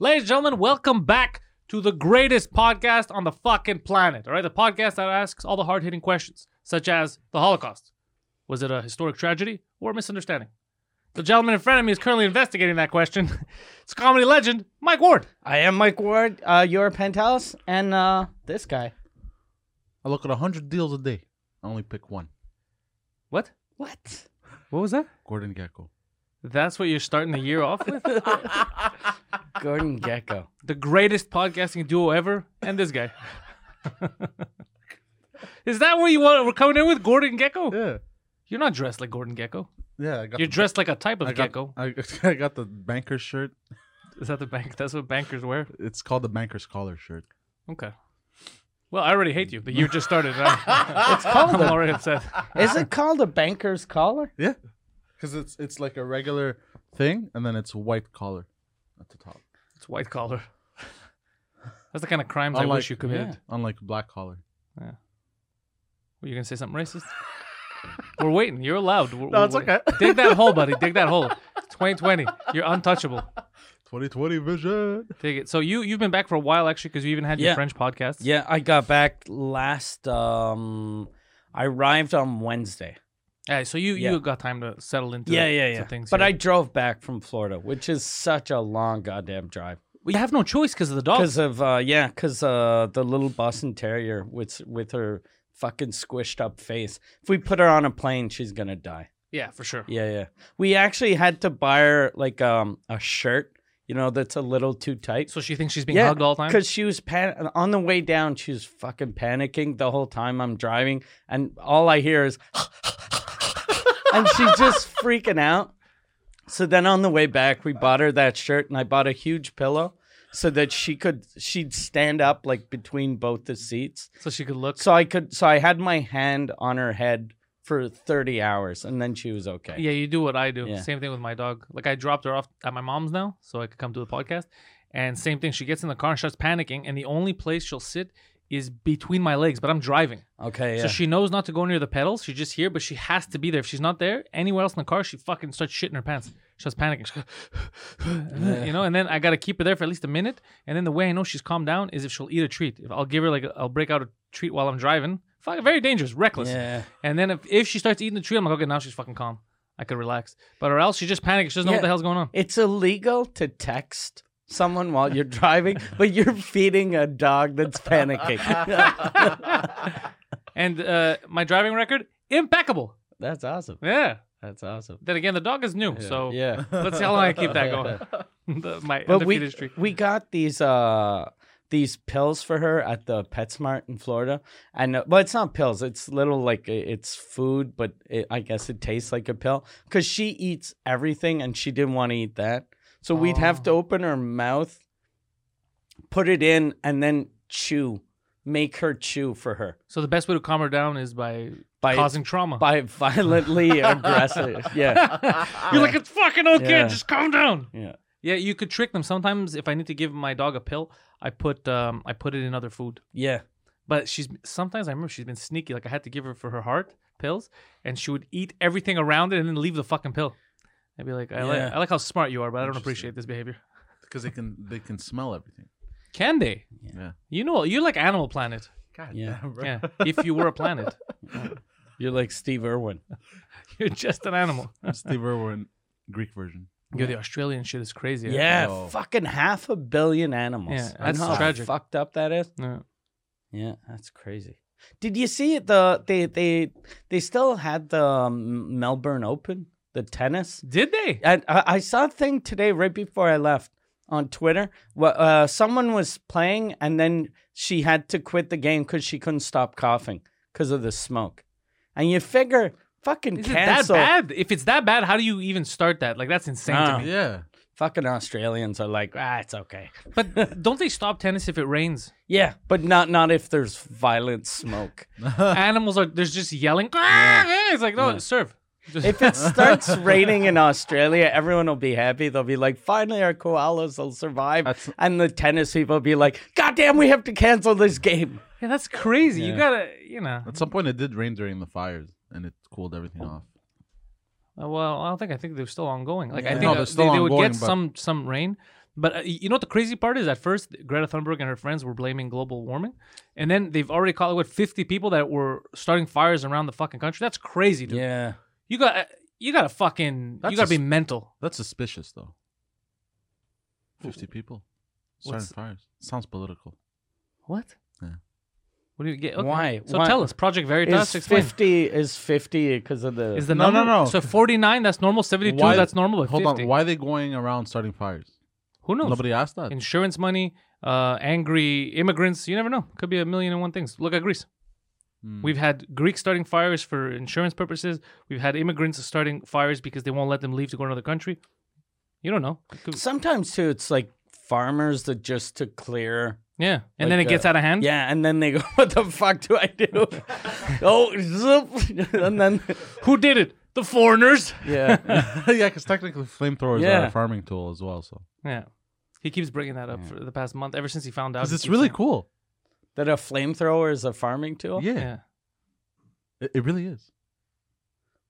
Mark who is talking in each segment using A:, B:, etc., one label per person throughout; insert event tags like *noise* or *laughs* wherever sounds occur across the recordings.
A: Ladies and gentlemen, welcome back to the greatest podcast on the fucking planet. All right, the podcast that asks all the hard hitting questions, such as the Holocaust. Was it a historic tragedy or a misunderstanding? The gentleman in front of me is currently investigating that question. *laughs* It's comedy legend, Mike Ward.
B: I am Mike Ward, uh, your penthouse, and uh, this guy.
C: I look at 100 deals a day. I only pick one
A: What?
B: What?
A: What was that?
C: Gordon Gecko.
A: That's what you're starting the year off *laughs* with?
B: Gordon Gecko.
A: The greatest podcasting duo ever, and this *laughs* guy. is that what you want? We're coming in with Gordon Gecko?
C: Yeah.
A: You're not dressed like Gordon Gecko.
C: Yeah. I got
A: You're
C: the,
A: dressed like a type of
C: I got,
A: gecko.
C: I, I *laughs* got the banker shirt.
A: Is that the bank? That's what bankers wear.
C: It's called the banker's collar shirt.
A: Okay. Well, I already hate you. The year just started. uh,
C: *laughs*
A: it's
B: called
A: I'm
B: a-
A: already upset.
B: *laughs* Is it called a banker's collar?
C: Yeah. Because it's it's like a regular thing, and then it's white collar at the top.
A: It's white collar. That's the kind of crimes I
C: Unlike-
A: wish you committed.
B: yeah.
C: Unlike black collar.
A: Were you gonna say something racist? We're waiting. You're allowed. We're,
C: No,
A: we're
C: it's
A: waiting.
C: okay.
A: Dig that hole, buddy. Dig that
C: *laughs*
A: hole. 2020. You're untouchable.
C: 2020 vision.
A: Dig it. So you you've been back for a while actually because you even had your
B: Yeah.
A: French podcast.
B: Yeah, I got back last. Um, I arrived on Wednesday.
A: Hey, so you
B: Yeah.
A: you got time to settle into
B: Yeah, yeah,
A: to
B: yeah.
A: things.
B: but
A: here.
B: I drove back from Florida, which is such a long goddamn drive.
A: we have no choice because of the dogs.
B: Because of uh, yeah, because uh, the little Boston Terrier with with her fucking squished up face. If we put her on a plane, she's gonna die.
A: Yeah, for sure.
B: Yeah, yeah. We actually had to buy her like um a shirt, you know, that's a little too tight.
A: So she thinks she's being
B: Yeah,
A: hugged all the time.
B: Because she was pan- on the way down, she was fucking panicking the whole time I'm driving, and all I hear is, *laughs* and she's just freaking out. So then on the way back, we bought her that shirt, and I bought a huge pillow so that she could she'd stand up like between both the seats,
A: So she could look.
B: so I could so I had my hand on her head for thirty hours, and then she was okay.
A: Yeah, you do what I do.
B: Yeah.
A: Same thing with my dog. Like I dropped her off at my mom's now, so I could come to the podcast. And same thing, she gets in the car and starts panicking, and the only place she'll sit is between my legs. But I'm driving,
B: Okay. Yeah.
A: so she knows not to go near the pedals. She's just here, but she has to be there. If she's not there anywhere else in the car, she fucking starts shitting her pants. She starts panicking, She goes, *laughs* you know. And then I gotta keep her there for at least a minute. And then the way I know she's calmed down is if she'll eat a treat. If I'll give her like a, I'll break out a treat while I'm driving. Fuck, very dangerous, reckless.
B: Yeah.
A: And then if, if she starts eating the tree, I'm like, okay, now she's fucking calm. I could relax. But or else she just panics. She doesn't know what
B: Yeah.
A: the hell's going on.
B: It's illegal to text someone while you're driving, *laughs* but you're feeding a dog that's panicking.
A: And uh, my driving record, impeccable.
B: that's awesome.
A: Yeah.
B: That's awesome.
A: Then again, the dog is new. So
B: yeah.
A: let's see how long I keep
B: *laughs*
A: that going. the, my
B: But
A: undefeated
B: we
A: streak.
B: we got these uh these pills for her at the PetSmart in Florida, and uh, well, it's not pills. It's little like i- it's food, but it, I guess it tastes like a pill because she eats everything, and she didn't want to eat that. So we'd have to open her mouth, put it in, and then chew, make her chew for her
A: So the best way to calm her down is by,
B: by
A: causing trauma.
B: by *laughs* violently aggressive. Yeah,
A: *laughs* You're like, it's fucking okay.
B: Yeah.
A: Just calm down.
B: yeah.
A: Yeah, you could trick them. Sometimes if I need to give my dog a pill, I put um, I put it in other food.
B: Yeah.
A: But she's sometimes I remember she's been sneaky. Like I had to give her for her heart pills, and she would eat everything around it and then leave the fucking pill. I'd be like, I, like,
B: Yeah.
A: I like how smart you are, but I don't
C: Interesting.
A: appreciate this behavior.
C: Because they can they can smell everything.
A: Can they?
C: Yeah.
A: You know, you're like Animal Planet.
C: God
B: Yeah.
C: damn, bro. *laughs*
A: Yeah. if you were a planet,
B: You're like Steve Irwin.
A: *laughs* you're just an animal.
C: Steve Irwin, Greek version.
A: Yo, the Australian shit is crazy. eh?
B: Yeah,
C: Oh.
B: fucking half a billion animals.
A: Yeah,
B: You
A: that's
B: know how
A: tragic.
B: Fucked up that is.
A: Yeah.
B: Yeah, that's crazy. Did you see it? The they they they still had the um, Melbourne Open, the tennis.
A: Did they?
B: And I, I saw a thing today right before I left on Twitter. wh- Uh, someone was playing and then she had to quit the game because she couldn't stop coughing because of the smoke. And you figure fucking
A: Is it that
B: cancel.
A: bad? If it's that bad, how do you even start that? Like that's insane
B: No.
A: to me.
C: Yeah.
B: Fucking Australians are like, ah, it's okay.
A: *laughs* But don't they stop tennis if it rains?
B: Yeah, but not not if there's violent smoke.
A: Animals are there's just yelling. "Ah!" It's like no, serve. Just-
B: If it starts raining in Australia, everyone will be happy. They'll be like, finally, our koalas will survive.
C: That's-
B: and the tennis people will be like, God damn, we have to cancel this game.
A: Yeah, that's crazy. You
B: Yeah.
A: gotta, you know.
C: At some point, it did rain during the fires, and it cooled everything
A: Oh.
C: off.
A: Uh, Well, I don't think. I think they're still ongoing. Like I
B: Yeah.
A: think
C: No,
A: uh,
C: they're
A: they-
C: still
A: they, would
C: ongoing,
A: get
C: but-
A: some some rain, But uh, you know what the crazy part is? At first, Greta Thunberg and her friends were blaming global warming, and then they've already caught what fifty people that were starting fires around the fucking country. That's crazy, dude.
B: Yeah.
A: You got uh, you got to fucking
C: That's
A: you got to
C: a
A: be mental.
C: That's suspicious, though. Fifty people starting
A: What's-
C: fires. Sounds political.
A: What?
C: Yeah.
A: What do you get? okay.
B: Why?
A: So
B: Why-
A: tell us, Project
B: Is
A: Veritas. Explain.
B: fifty is fifty because of the
A: Is the
C: No, no,
A: number
C: no.
A: So forty nine, that's normal. Seventy two,
C: Why-
A: that's normal. But
C: Hold
A: 50.
C: on. Why are they going around starting fires?
A: Who knows?
C: Nobody asked that.
A: Insurance money, uh, angry immigrants. You never know. Could be a million and one things. Look at Greece.
C: Mm.
A: We've had Greeks starting fires for insurance purposes. We've had immigrants starting fires because they won't let them leave to go to another country. You don't know. It could-
B: sometimes too it's like farmers that just to clear
A: yeah. And
B: Like,
A: then it gets
B: uh,
A: out of hand.
B: yeah and then they go *laughs* what the fuck do i do *laughs* oh zoop. *laughs* and then
A: Who did it? The foreigners. *laughs*
B: yeah
C: *laughs* yeah, because technically flamethrowers are
B: Yeah.
C: a farming tool as well. So
A: Yeah. He keeps bringing that up for the past month, ever since he found out.
C: because
A: he
C: it's
A: keeps
C: really
A: saying-
C: cool.
B: that a flamethrower is a farming tool
C: Yeah,
A: Yeah.
C: It, it really is.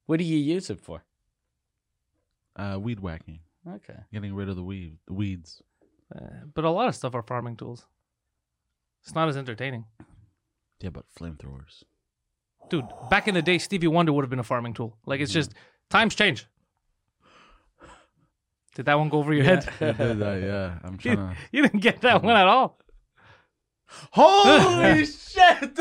B: what do you use it for
C: Uh, weed whacking,
B: okay
C: getting rid of the weed, the weeds.
A: Uh, but a lot of stuff are farming tools. It's not as entertaining.
C: Yeah, but flamethrowers.
A: Dude, back in the day, Stevie Wonder would have been a farming tool. Like, it's just times change. Did that one go over your
B: *laughs*
A: head? *laughs*
C: *laughs* You did that, yeah. I'm trying to.
A: You didn't get that one at all.
C: *laughs* Holy shit!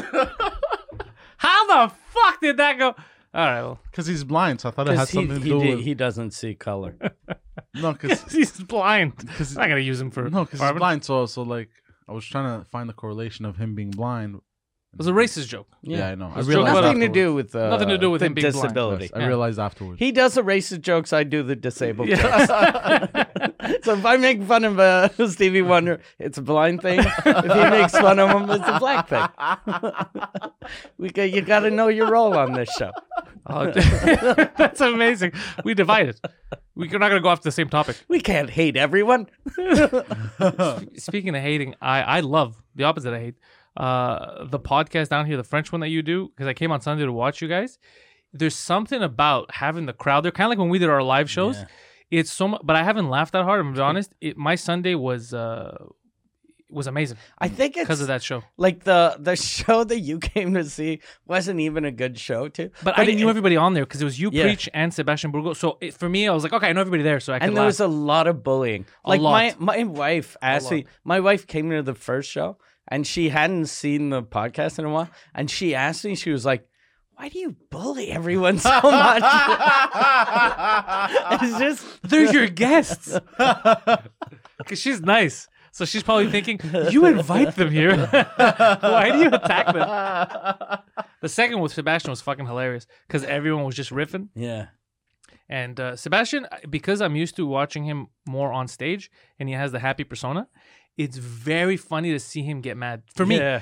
C: *laughs*
A: How the fuck did that go? All right, well, *laughs*
C: Because he's blind, so I thought it had
B: because he,
C: something
B: he,
C: to do
B: di-
C: with.
B: he doesn't see color *laughs*
C: No, because
A: he's blind.
C: because
A: I'm not gonna use him for
C: no, because he's
A: farming.
C: blind. So so like I was trying to find the correlation of him being blind.
A: It was a racist
C: *laughs*
A: joke.
C: Yeah, I know. I
A: Let's
C: realized
A: joke about
B: nothing to
C: afterwards.
B: do with uh,
A: Nothing to do with
B: the
A: him being blind.
B: disability
C: Yes, I realized afterwards.
B: he does the racist jokes i do the disabled jokes.
A: Yeah.
B: *laughs* so if I make fun of uh, *laughs* Stevie Wonder, it's a blind thing. if he makes fun of him, it's a black
C: *laughs*
B: thing. we got, you got to know your role on this show.
A: Oh, *laughs* that's amazing. We divided. We're not gonna go off the same topic.
B: We can't hate everyone.
A: Speaking of hating, I I love the opposite. I hate uh, the podcast down here, the French one that you do, because I came on Sunday to watch you guys. There's something about having the crowd there, kind of like when we did our live shows. It's so much, but I haven't laughed that hard. I'm gonna be honest. It, my Sunday was uh, was amazing
B: I think
A: because
B: it's
A: of that show.
B: like the the show that you came to see wasn't even a good show too.
A: But, I
B: it-
A: knew everybody on there because it was you,
B: Yeah.
A: preach, and Sebastian Burgo. So it, for me, I was like, okay, I know everybody there, so I can
B: and there
A: laugh.
B: was a lot of bullying.
A: A
B: like
A: lot.
B: my my wife asked me. My wife came to the first show, and she hadn't seen the podcast in a while, and she asked me. She was like, "Why do you bully everyone *laughs* so much?" it's just
A: They're your *laughs* guests. Because she's nice. So she's probably thinking, you invite them here. *laughs* Why do you attack them? The second with Sebastian was fucking hilarious because everyone was just riffing.
B: yeah.
A: And uh, Sebastian, because I'm used to watching him more on stage and he has the happy persona, it's very funny to see him get mad. For me,
B: Yeah.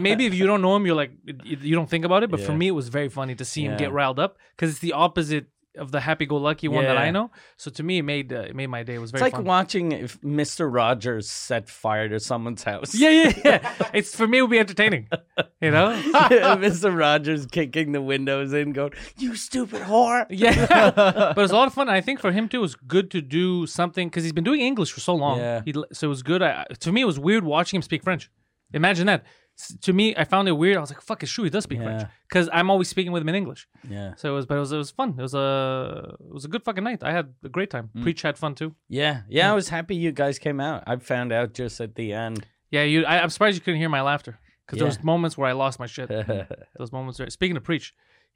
A: maybe if you don't know him, you're like, you you don't think about it. But for
B: Yeah.
A: me, it was very funny to see him
B: Yeah.
A: get riled up because it's the opposite of the happy-go-lucky one that I
B: Yeah.
A: know. So to me, it made uh, it made my day. It was
B: It's
A: very
B: like
A: fun.
B: watching if Mr. Rogers set fire to someone's house. *laughs*
A: Yeah, yeah, yeah. It's for me, it would be entertaining. You know?
B: Mr. Rogers kicking the windows in, going, "You stupid whore!"
A: Yeah, but it's a lot of fun. I think for him too, it was good to do something because he's been doing English for so long.
B: Yeah.
A: He, so it was good. I, I- to me, it was weird watching him speak French. Imagine that. S- to me, I found it weird. I was like, "Fuck, it's true. He does speak French
B: Yeah.
A: because I'm always speaking with him in English."
B: Yeah,
A: So it was, but it was, it was fun. It was a, it was a good fucking night. I had a great time.
B: Mm.
A: Preach had fun too.
B: yeah, yeah. I was happy you guys came out. I found out just at the end. *laughs*
A: Yeah, you. I, I'm surprised you couldn't hear my laughter because there
B: Yeah.
A: was moments where I lost my
B: *laughs*
A: shit. Those moments. Where, speaking of preach,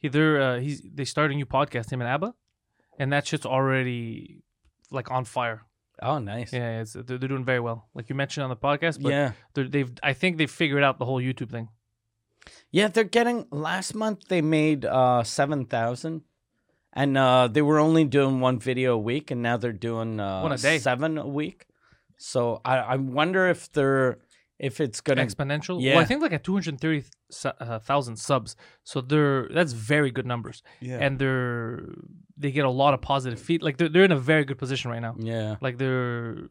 A: he they're uh, he's they started a new podcast him and Abba, and that shit's already like on fire.
B: oh, nice.
A: Yeah, it's they're, they're doing very well. Like you mentioned on the podcast, but
B: yeah.
A: they're- they've I think they've figured out the whole YouTube thing.
B: Yeah, they're getting last month they made uh seven thousand. And uh they were only doing one video a week and now they're doing uh
A: One a day.
B: seven a week. So I, I wonder if they're if it's gonna
A: Exponential.
B: Yeah.
A: Well, I think like at two hundred thirty uh, thousand subs, so they're that's very good numbers,
C: Yeah.
A: and they're they get a lot of positive feed. Like they're they're in a very good position right now.
B: Yeah.
A: like they're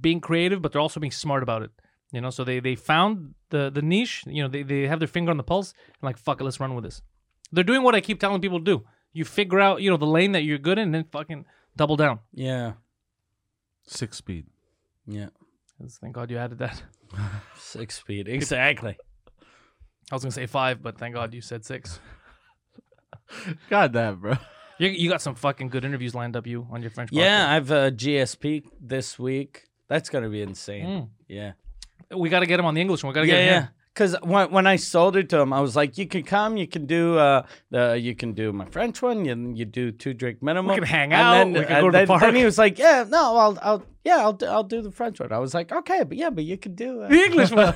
A: being creative but they're also being smart about it you know so they they found the the niche you know they, they have their finger on the pulse and like fuck it let's run with this they're doing what i keep telling people to do you figure out you know the lane that you're good in and then fucking double down
B: Yeah.
C: Six speed.
B: Yeah.
A: Yes, Thank God you added that. *laughs*
B: Six feet. Exactly.
A: I was gonna say five, but thank God you said six.
C: God damn, bro.
A: You, you got some fucking good interviews lined up, you on your French.
B: Yeah, I have a GSP this week. That's going to be insane.
A: podcast.
B: Yeah.
A: Mm. we got to get him on the English one. We got to
B: yeah,
A: get him.
B: yeah. Because when, when I sold it to him, I was like, "You can come. You can do uh, the you can do my French one. You you do two drink minimum.
A: can hang
B: And
A: out,
B: Then,
A: we can
B: and
A: go to the
B: then,
A: park."
B: Then he was like, "Yeah, no, I'll I'll yeah I'll do, I'll do the French one." I was like, "Okay, but yeah, but you can do uh,
A: *laughs* The English
B: *laughs*
A: one.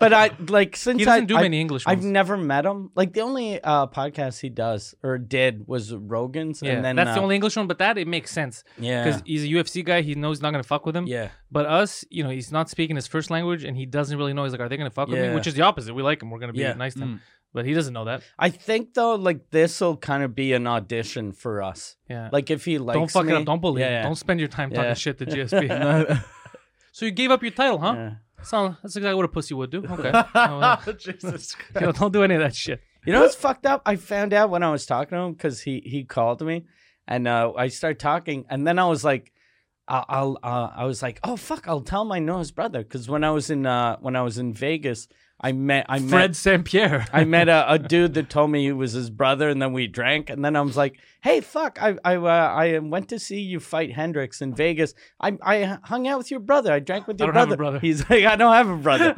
B: But I like since
A: he doesn't
B: I,
A: do
B: I,
A: many English ones.
B: I've never met him. Like the only uh, podcast he does or did was Rogan's,
A: yeah,
B: and then
A: that's the
B: uh,
A: only English one, but that it makes sense
B: yeah
A: because he's a UFC guy. He knows he's not gonna fuck with him.
B: yeah
A: But us, you know, he's not speaking his first language, and he doesn't really know. He's like, "Are they gonna fuck with me?"
B: Yeah.
A: Which is the opposite. We like him. We're gonna be
B: Yeah. Mm.
A: nice to him. But he doesn't know that.
B: I think though like this will kind of be an audition for us.
A: Yeah.
B: Like if he likes
A: don't fuck
B: me,
A: it up. Don't bully. him.
B: yeah,
A: Don't spend your time talking
B: Yeah. *laughs*
A: shit to GSP. so you gave up your title, huh?
B: yeah.
A: So that's exactly what a pussy would
B: *laughs*
A: do. Okay. Oh, well.
C: Jesus
A: You know, don't do any of that shit.
B: You know
A: *laughs*
B: what's fucked up? I found out when I was talking to him because he he called me, and uh, I started talking, and then I was like, I- I'll uh, I was like, oh fuck, I'll tell my Noah's brother because when I was in uh, when I was in Vegas, I met I
A: Fred
B: met.
A: St. Pierre.
B: I
A: *laughs*
B: met a, a dude that told me he was his brother, and then we drank. And then I was like, "Hey, fuck! I I uh, I went to see you fight Hendrix in Vegas. I I hung out with your brother. I drank with your
A: don't have a brother.
B: He's like, "I don't have a brother."
A: *laughs*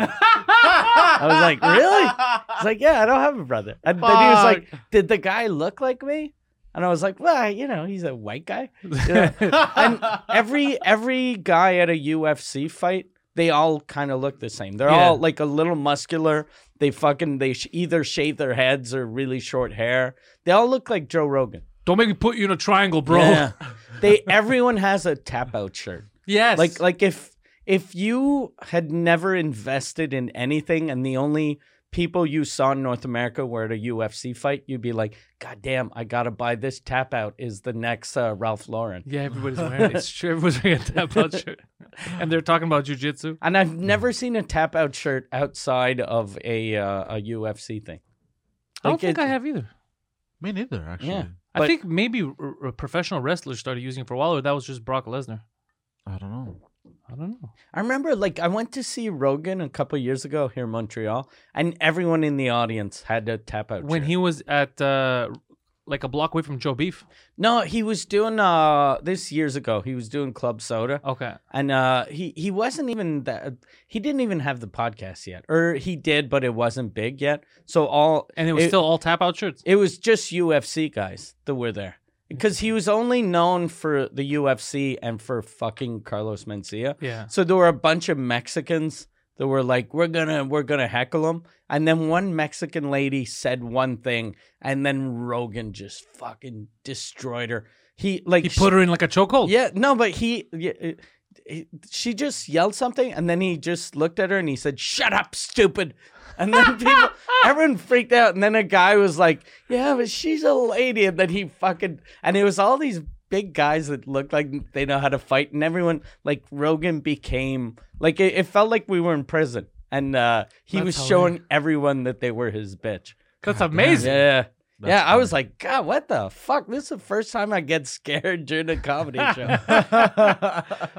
B: I was like, "Really?" He's like, yeah, I don't have a brother. And then he was like, did the guy look like me? And I was like, well, you know, he's a white guy. Yeah. and every every guy at a UFC fight, they all kind of look the same. They're
A: Yeah.
B: all like a little muscular. They fucking they sh- either shave their heads or really short hair. They all look like Joe Rogan.
A: *laughs* Don't make me put you in a triangle, bro.
B: they everyone has a tap out shirt.
A: Yes.
B: Like like if if you had never invested in anything and the only people you saw in North America were at a UFC fight, you'd be like, God damn, I gotta buy this tap out is the next uh, Ralph Lauren.
A: yeah, everybody's wearing it. It's true. Everybody's wearing a tap
B: *laughs*
A: out shirt. And they're talking about jujitsu.
B: And I've never seen a tap out shirt outside of a uh, a UFC thing.
A: I don't
B: Like,
A: think
B: it-
A: I have either.
C: Me neither, actually.
B: Yeah.
A: I
B: But-
A: think maybe r- r- professional wrestlers started using it for a while, or that was just Brock Lesnar.
C: I don't know.
A: I don't know.
B: I remember like I went to see Rogan a couple years ago here in Montreal, and everyone in the audience had a tap out
A: When
B: shirt.
A: he was at uh, like a block away from Joe Beef.
B: No, he was doing uh this years ago, he was doing Club Soda.
A: Okay.
B: and uh, he he wasn't even that he didn't even have the podcast yet, or he did, but it wasn't big yet. So all
A: And it was
B: It-
A: still all tap out shirts.
B: it was just UFC guys that were there because he was only known for the UFC and for fucking Carlos Mencia.
A: Yeah.
B: So there were a bunch of Mexicans that were like, "We're gonna we're gonna heckle him," and then one Mexican lady said one thing, and then Rogan just fucking destroyed her. He like
A: He put her in like a chokehold.
B: yeah, no, but he, yeah, it- he- she just yelled something, and then he just looked at her and he said, "Shut up, stupid." And
A: *laughs*
B: then people, everyone freaked out. And then a guy was like, "Yeah, but she's a lady," and then he fucking, and it was all these big guys that looked like they know how to fight, and everyone like Rogan became like it, it felt like we were in prison, and uh, he
A: That's
B: was
A: hilarious.
B: showing everyone that they were his bitch.
A: That's amazing.
B: Yeah.
C: That's
B: yeah, I was like, God, what the fuck? This is the first time I get *laughs* scared during a comedy show.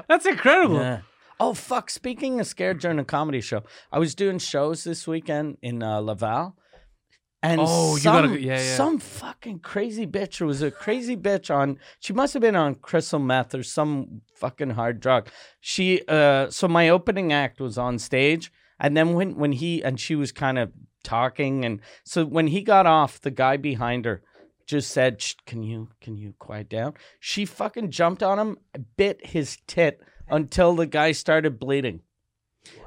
A: That's incredible.
B: Yeah. Oh fuck! Speaking of scared during a comedy show, I was doing shows this weekend in uh, Laval, and
A: Oh, you
B: some,
A: gotta- yeah, yeah.
B: some fucking crazy bitch. It was a crazy bitch on. She must have been on crystal meth or some fucking hard drug. She. Uh, so my opening act was on stage, and then when when he and she was kind of talking, and so when he got off, the guy behind her just said, "Shh, "Can you can you quiet down?" She fucking jumped on him, bit his tit until the guy started bleeding.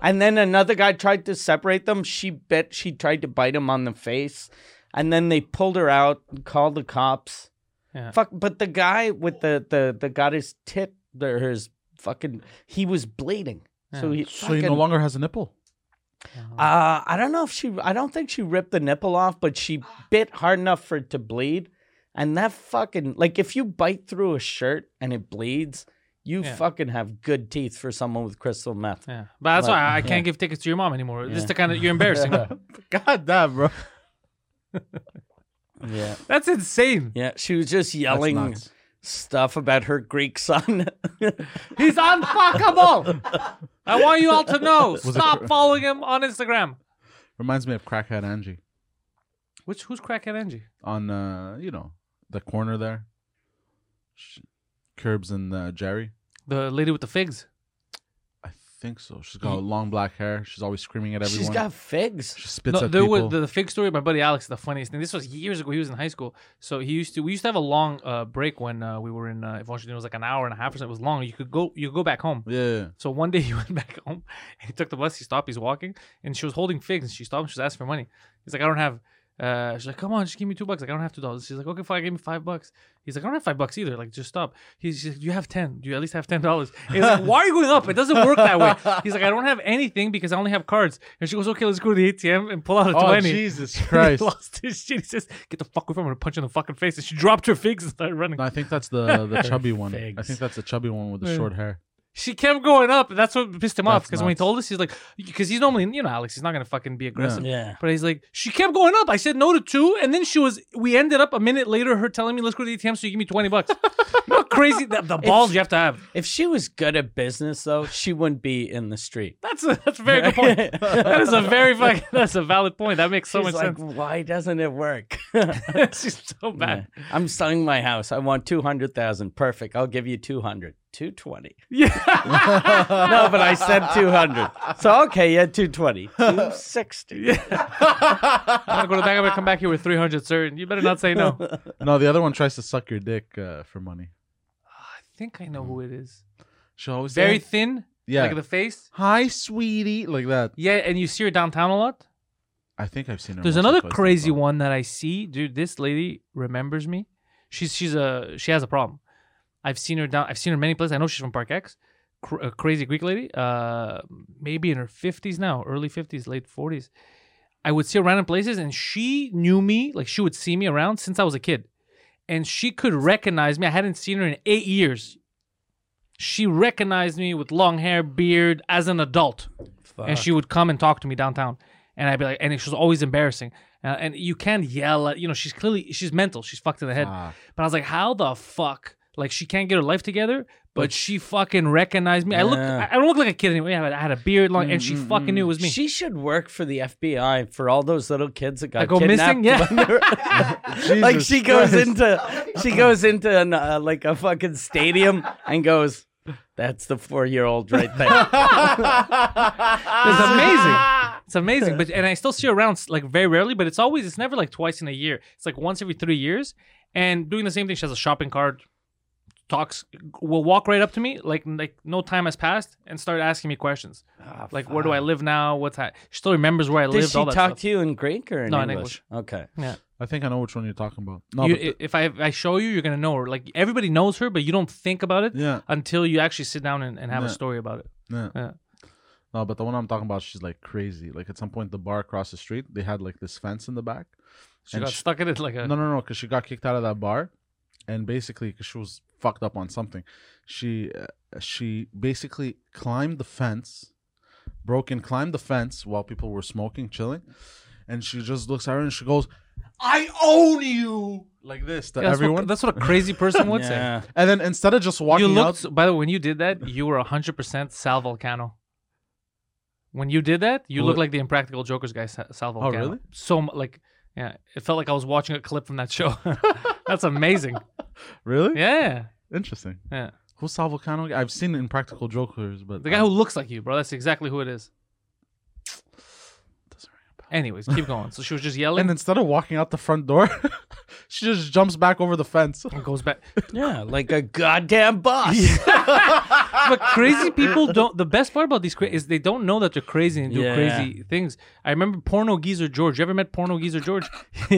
B: And then another guy tried to separate them. She bit she tried to bite him on the face. And then they pulled her out and called the cops.
A: Yeah.
B: Fuck but the guy with the the the got his tit or his fucking he was bleeding. So he
C: So he no
B: fucking-
C: longer has a nipple.
B: uh, I don't know if she. I don't think she ripped the nipple off, but she bit hard enough for it to bleed. And that fucking like, if you bite through a shirt and it bleeds, you
A: Yeah.
B: fucking have good teeth for someone with crystal meth.
A: Yeah, but that's
B: Like,
A: why I- I can't
B: yeah.
A: give tickets to your mom anymore. This is
B: Yeah.
A: the kind of you're embarrassing. me.
B: *laughs*
C: *laughs* God damn, bro.
B: Yeah,
A: that's insane.
B: yeah. She was just yelling.
C: nuts.
B: stuff about her Greek son. *laughs*
A: He's unfuckable. I want you all to know.
C: it
A: Stop
C: cr-
A: following him on Instagram.
C: Reminds me of Crackhead Angie
A: Which who's crackhead Angie?
C: on uh, you know, the corner there. Sh Curbs and uh, Jerry.
A: The lady with the figs.
C: I think so. She's got long black hair. She's always screaming at everyone.
B: She's got figs.
C: she spits
A: no,
C: at
A: there
C: people.
A: was the, the fig story. My buddy Alex, the funniest thing. This was years ago. He was in high school, so he used to. We used to have a long uh, break when uh, we were in uh, Evangeline. It was like an hour and a half or something. It was long. You could go. You could go back home.
C: yeah, yeah.
A: So one day *laughs* he went back home. And he took the bus. He stopped. He's walking, and she was holding figs. And she stopped. And she was asking for money. He's like, I don't have. Uh, she's like, come on, just give me two bucks. Like, I don't have two dollars. She's like, okay, fine, give me five bucks. He's like, I don't have five bucks either. Like, just stop. He's she's like, do you have ten? Do you at least have ten dollars? He's like, why are you going up? It doesn't work that way. He's like, I don't have anything because I only have cards. And she goes, okay, let's go to the ATM and pull out a
C: Oh
A: twenty. *laughs*
C: Jesus
A: He
C: Christ!
A: lost his shit. He says, get the fuck away from her. I'm gonna punch you in the fucking face. And she dropped her figs and started running.
C: No, I think
A: *laughs*
C: that's the the chubby one. I
B: Figs.
C: think that's the chubby one with the
A: Yeah.
C: short hair.
A: she kept going up, and that's what pissed him off.
C: That's
A: Because when he
C: nuts.
A: told us, he's like, because he's normally, you know, Alex, he's not gonna fucking be aggressive.
B: Yeah.
A: But he's like, she kept going up. I said no to two, and then she was. We ended up a minute later, her telling me, "Let's go to the ATM, so you give me twenty *laughs* bucks." Not crazy. The, the balls you have to have.
B: If she was good at business, though, she wouldn't be in the street.
A: That's a, that's a very good *laughs* point. That is a very fucking. That's a valid point. That makes so
B: She's
A: much
B: like, why doesn't it work? *laughs*
A: sense. *laughs* She's so bad.
B: I'm selling my house. I want 200,000. Perfect. I'll give you 200.
A: *laughs*
B: 220.
A: Yeah.
B: No, but I said 200. So, okay, yeah, 220.
A: *laughs*
B: 260.
A: I'm gonna go to the bank. I'm gonna come back here with three hundred, sir. And you better not say no. I
C: No, the other one tries to suck your dick uh, for money.
A: think *laughs* I know who it is.
C: She always
A: Very
C: say,
A: thin,
C: yeah.
A: like the face.
C: Hi, sweetie, like that.
A: Yeah, and you see her downtown a lot.
C: I think I've seen her.
A: There's
C: once or
A: another
C: twice
A: crazy
C: downtown.
A: one that I see, dude. This lady remembers me. She's she's a she has a problem. I've seen her down. I've seen her many places. I know she's from Park X. Cr- a crazy Greek lady, uh, maybe in her fifties now, early fifties, late forties. I would see her around in places, and she knew me. Like she would see me around since I was a kid, and she could recognize me. I hadn't seen her in eight years. She recognized me with long hair, beard, as an adult and she would come and talk to me downtown and i'd be like and she was always embarrassing uh, and you can't yell at you know she's clearly she's mental she's fucked in the head
C: Ah.
A: but i was like how the fuck like she can't get her life together but she fucking recognized me i look
B: Yeah. Mm,
A: i I don't look like a kid anymore i had a beard long and she fucking knew it was me
B: She should work for the FBI for all those little kids that got
A: I go missing,
B: kidnapped
A: yeah.
B: *laughs* when they were- like
C: Jesus
B: she goes
C: Christ.
B: into she goes into an, uh, like a fucking stadium and goes, "That's the four year old right
A: *laughs*
B: there."
A: it's
B: Ah.
A: amazing it's amazing but and i still see her around s- like very rarely but it's always it's never like twice in a year it's like once every three years and doing the same thing she has a shopping cart talks will walk right up to me like like no time has passed and start asking me questions like where do I live now? What's that? She still remembers where I
B: Did
A: lived.
B: Ah, she
A: all
B: talk
A: that stuff.
B: to you in Greek or in
A: No, in
B: English? Okay.
C: I think I know which one you're talking about. No,
A: You-
C: but the-
A: i- if I if I show you, you're gonna know her. Like everybody knows her, but you don't think about it
C: yeah,
A: until you actually sit down and, and have a
C: Yeah.
A: story about it.
C: yeah,
A: Yeah.
C: No, but the one I'm talking about, she's like crazy. Like at some point, the bar across the street, they had like this fence in the back.
A: She
C: And
A: got
C: she-
A: stuck in it like a.
C: No, no, no, because she got kicked out of that bar, and basically, because she was fucked up on something, she uh, she basically climbed the fence, broke and climbed the fence while people were smoking, chilling, and she just looks at her and she goes, "I own you," like this to
A: Yeah, that's,
C: everyone.
A: what, that's what a crazy person
C: *laughs*
A: would say. *laughs*
B: Yeah.
C: and then instead of just walking
A: You
C: out,
A: looked. By the way, when you did that, you were hundred percent Sal Volcano. When you did that, you
C: What?
A: look like the Impractical Jokers guy, Sa- Sal Volcano.
C: Oh, really?
A: So mu- like, yeah, it felt like I was watching a clip from that show. *laughs* that's amazing.
C: really
A: Yeah,
C: interesting.
A: yeah.
C: Who's Sal Volcano? again? I've seen Impractical Jokers, but
A: The guy who looks like you, bro. That's exactly who it is.
C: Doesn't ring
A: Anyways, keep going. So she was just yelling
C: and
A: and,
C: instead of walking out the front door, *laughs* she just jumps back over the fence.
A: goes back.
B: Yeah, like a
A: *laughs*
B: goddamn boss.
A: But
B: *laughs*
A: crazy people don't. The best part about these cra- is they don't know that they're crazy and do
B: Yeah.
A: crazy things. I remember Porno Geezer George. You ever met Porno Geezer George? *laughs*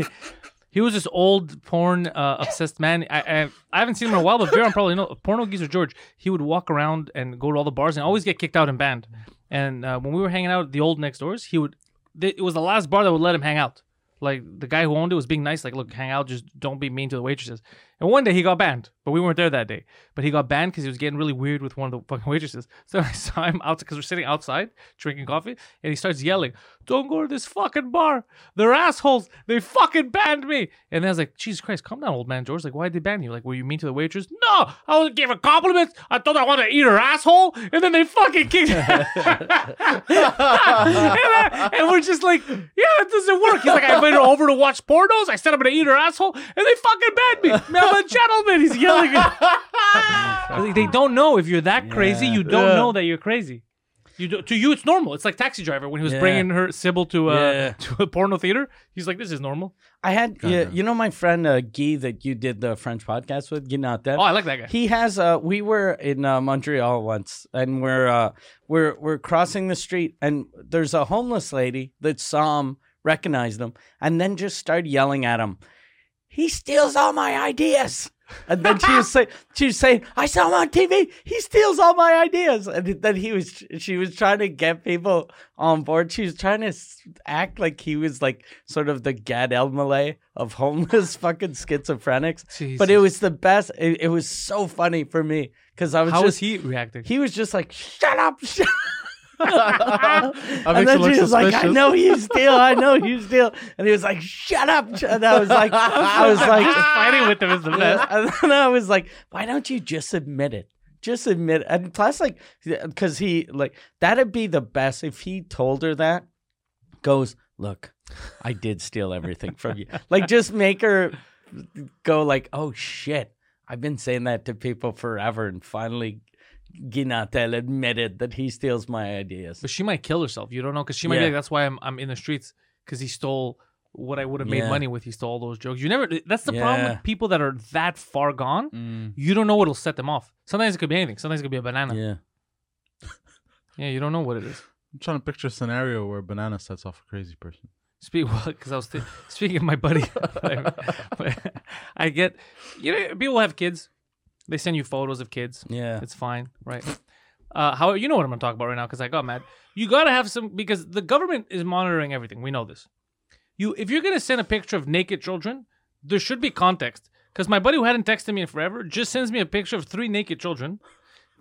A: he was this old porn uh, obsessed man. I, I I haven't seen him in a while, but Viron probably know. Porno Geezer George. He would walk around and go to all the bars and always get kicked out and banned. And uh, when we were hanging out at the old next doors, he would. th- it was the last bar that would let him hang out. Like the guy who owned it was being nice, like, look, hang out, just don't be mean to the waitresses. And one day he got banned But we weren't there that day. But he got banned because he was getting really weird with one of the fucking waitresses. *laughs* So I saw him outside because we're sitting outside drinking coffee, and he starts yelling, "Don't go to this fucking bar! They're assholes! They fucking banned me!" And then I was like, "Jesus Christ, calm down, old man George. Like, why did they ban you? Like, were you mean to the waitress? No, I was giving compliments. I thought I wanted to eat her asshole, and then they fucking kicked." *laughs* and, I- and we're just like, yeah, it doesn't work. He's like, I invited her over to watch pornos. I said I'm gonna eat her asshole, and they fucking banned me. Now I'm a gentleman. He's yelling. Like, they don't know if you're that crazy.
B: Yeah.
A: You don't
B: Yeah.
A: know that you're crazy. You do, to you, it's normal. It's like taxi driver when he was
B: Yeah.
A: bringing her Sybil to a
B: Yeah.
A: *laughs* to a porno theater. He's like, this is normal.
B: I had yeah,
C: Goddamn.
B: you know my friend uh, Guy that you did the French podcast with, you know that.
A: Oh, I like that guy.
B: He has. Uh, we were in uh, Montreal once, and we're uh, we're we're crossing the street, and there's a homeless lady that saw him, recognized him, and then just started yelling at him. He steals all my ideas. And then she
A: *laughs*
B: was saying, she was saying, I saw him on TV. He steals all my ideas. And then he was, she was trying to get people on board. She was trying to s- act like he was like sort of the Gad Elmaleh of homeless *laughs* fucking schizophrenics. But it
A: Jesus.
B: was the best. It, it was so funny for me because I was
A: How
B: just
A: is he reacting?
B: he *laughs* was just like shut up. *laughs* Shut up. and
C: makes
B: then
C: you look
B: she was like, "I
C: suspicious.
B: know you steal. I know you steal." And he was like, "Shut up!" shut-" And I was like, "I was
A: Just
B: like,
A: fighting with him is
B: *laughs*
A: the best.
B: and then I was like, why don't you just admit it? Just admit it. And plus, like, because he, like, that'd be the best if he told her that, goes, look, I did steal everything
A: *laughs*
B: from you. like, just make her go, like, oh shit, I've been saying that to people forever. And finally, Ginatel admitted that he steals my ideas.
A: But she might kill herself. You don't know because she might be
B: Yeah.
A: like, "That's why I'm I'm in the streets because he stole what I would have made
B: Yeah.
A: money with. He stole all those jokes. You never. That's the problem
B: Yeah.
A: with people that are that far gone.
C: Mm.
A: You don't know what'll set them off. Sometimes it could be anything. Sometimes it could be a banana. Yeah,
B: Yeah.
A: you don't know what it is.
C: I'm trying to picture a scenario where banana sets off a crazy person.
A: Speak *laughs* well because I was thi- speaking of my buddy. *laughs* I get you know people have kids. They send you photos of kids.
B: Yeah.
A: It's fine, right? Uh, how you know what I'm gonna talk about right now because I got mad. You gotta have some because the government is monitoring everything. We know this. You if you're gonna send a picture of naked children, there should be context. Because my buddy who hadn't texted me in forever just sends me a picture of three naked children,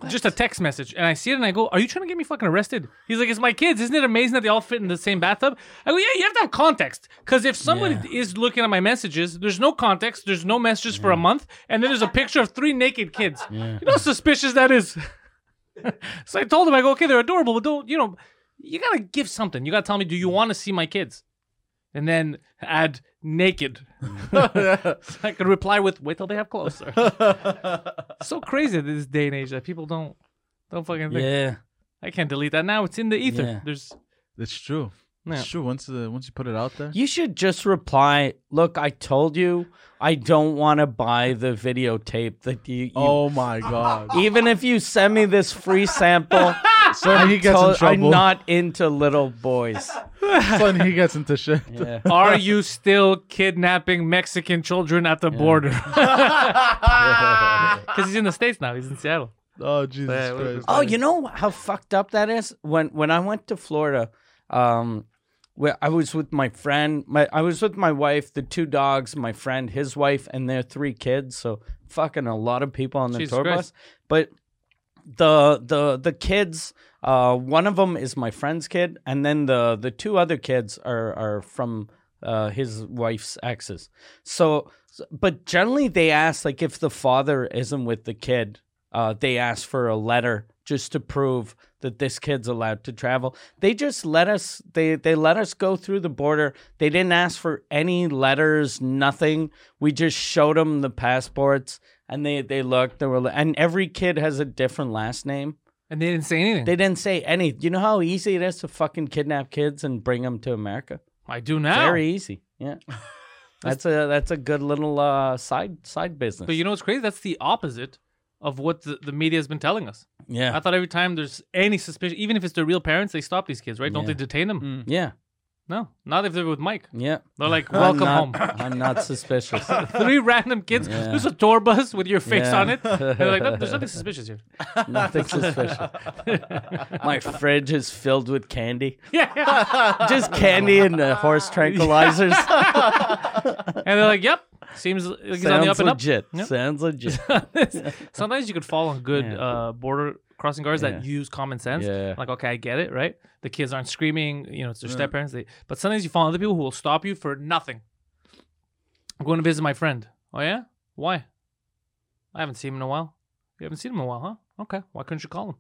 A: just a text message, and I see it and I go, "Are you trying to get me fucking arrested?" He's like, "It's my kids. Isn't it amazing that they all fit in the same bathtub?" I go, "Yeah, you have to have context. Because if somebody is looking at my messages, there's no context, there's no messages for a month, and then there's a picture of three naked kids. *laughs* You know how suspicious that
B: *laughs*
A: is. so I told him, I go, okay, they're adorable, but don't, you know, you gotta give something. You gotta tell me, do you
B: Mm.
A: want to see my kids? And then add
B: *laughs*
A: naked. So I could reply with, wait till they have clothes.
B: *laughs*
A: It's so crazy at this day and age that people don't don't fucking think.
B: Yeah.
A: I can't delete that now. It's in the ether.
B: Yeah.
A: There's
C: It's true.
A: Yeah.
C: It's true. Once the once you put it out there,
B: You should just reply, look, I told you I don't want to buy the videotape that you, you-
C: oh my
B: *laughs*
C: god.
B: even if you send me this free *laughs* sample,
C: Son, he gets in
B: tell- I'm
C: trouble.
B: not into little boys.
C: *laughs*
B: *laughs*
C: Son, he gets into shit.
B: Yeah.
A: are you still kidnapping Mexican children at the
B: *laughs*
A: border? *laughs* Because he's in the States now. He's in Seattle.
C: Oh Jesus
A: Yeah, what
C: Christ.
A: was
B: Oh, you know how fucked up that is? When when I went to Florida, um where I was with my friend, my I was with my wife, the two dogs, my friend, his wife, and their three kids. So fucking a lot of people on the
A: Jesus
B: tour
A: Christ.
B: bus. But the the the kids, uh, one of them is my friend's kid, and then the the two other kids are are from uh, his wife's exes. So, but generally they ask like if the father isn't with the kid, uh, they ask for a letter just to prove that this kid's allowed to travel. They just let us they they let us go through the border. They didn't ask for any letters, nothing. We just showed them the passports and they they looked, they were and every kid has a different last name.
A: And they didn't say anything.
B: They didn't say any. You know how easy it is to fucking kidnap kids and bring them to America?
A: I do now.
B: Very easy.
A: *laughs*
B: Yeah. That's a that's a good little uh, side side business.
A: But you know what's crazy? That's the opposite of what the, the media has been telling us.
B: yeah.
A: I thought every time there's any suspicion, even if it's their real parents, they stop these kids, right? Don't
B: Yeah.
A: they detain them?
C: Mm.
B: yeah.
A: No, not if they're with Mike.
B: Yeah.
A: They're
B: *laughs*
A: like,
B: I'm
A: welcome
B: not-
A: home. *laughs*
B: I'm not suspicious.
A: Three random kids.
B: Yeah.
A: There's a tour bus with your face
B: Yeah.
A: on it. And They're like, "No,
B: *laughs*
A: there's nothing suspicious here. *laughs*
B: Nothing suspicious. My fridge is filled with candy.
A: Yeah.
B: *laughs* Just candy and uh, horse
A: *laughs*
B: tranquilizers.
A: and they're like, yep. Seems like he's on the up
B: Sounds
A: and up.
B: legit.
A: Yep.
B: Sounds legit.
A: *laughs* Sometimes you could fall on good
B: Yeah.
A: uh, border crossing guards
B: Yeah.
A: that use common sense.
B: Yeah.
A: Like, okay, I get it, right? The kids aren't screaming, you know, it's their step parents. They, but sometimes you fall on other people who will stop you for nothing. I'm going to visit my friend. Oh, yeah? Why? I haven't seen him in a while. You haven't seen him in a while, huh? Okay. Why couldn't you call him?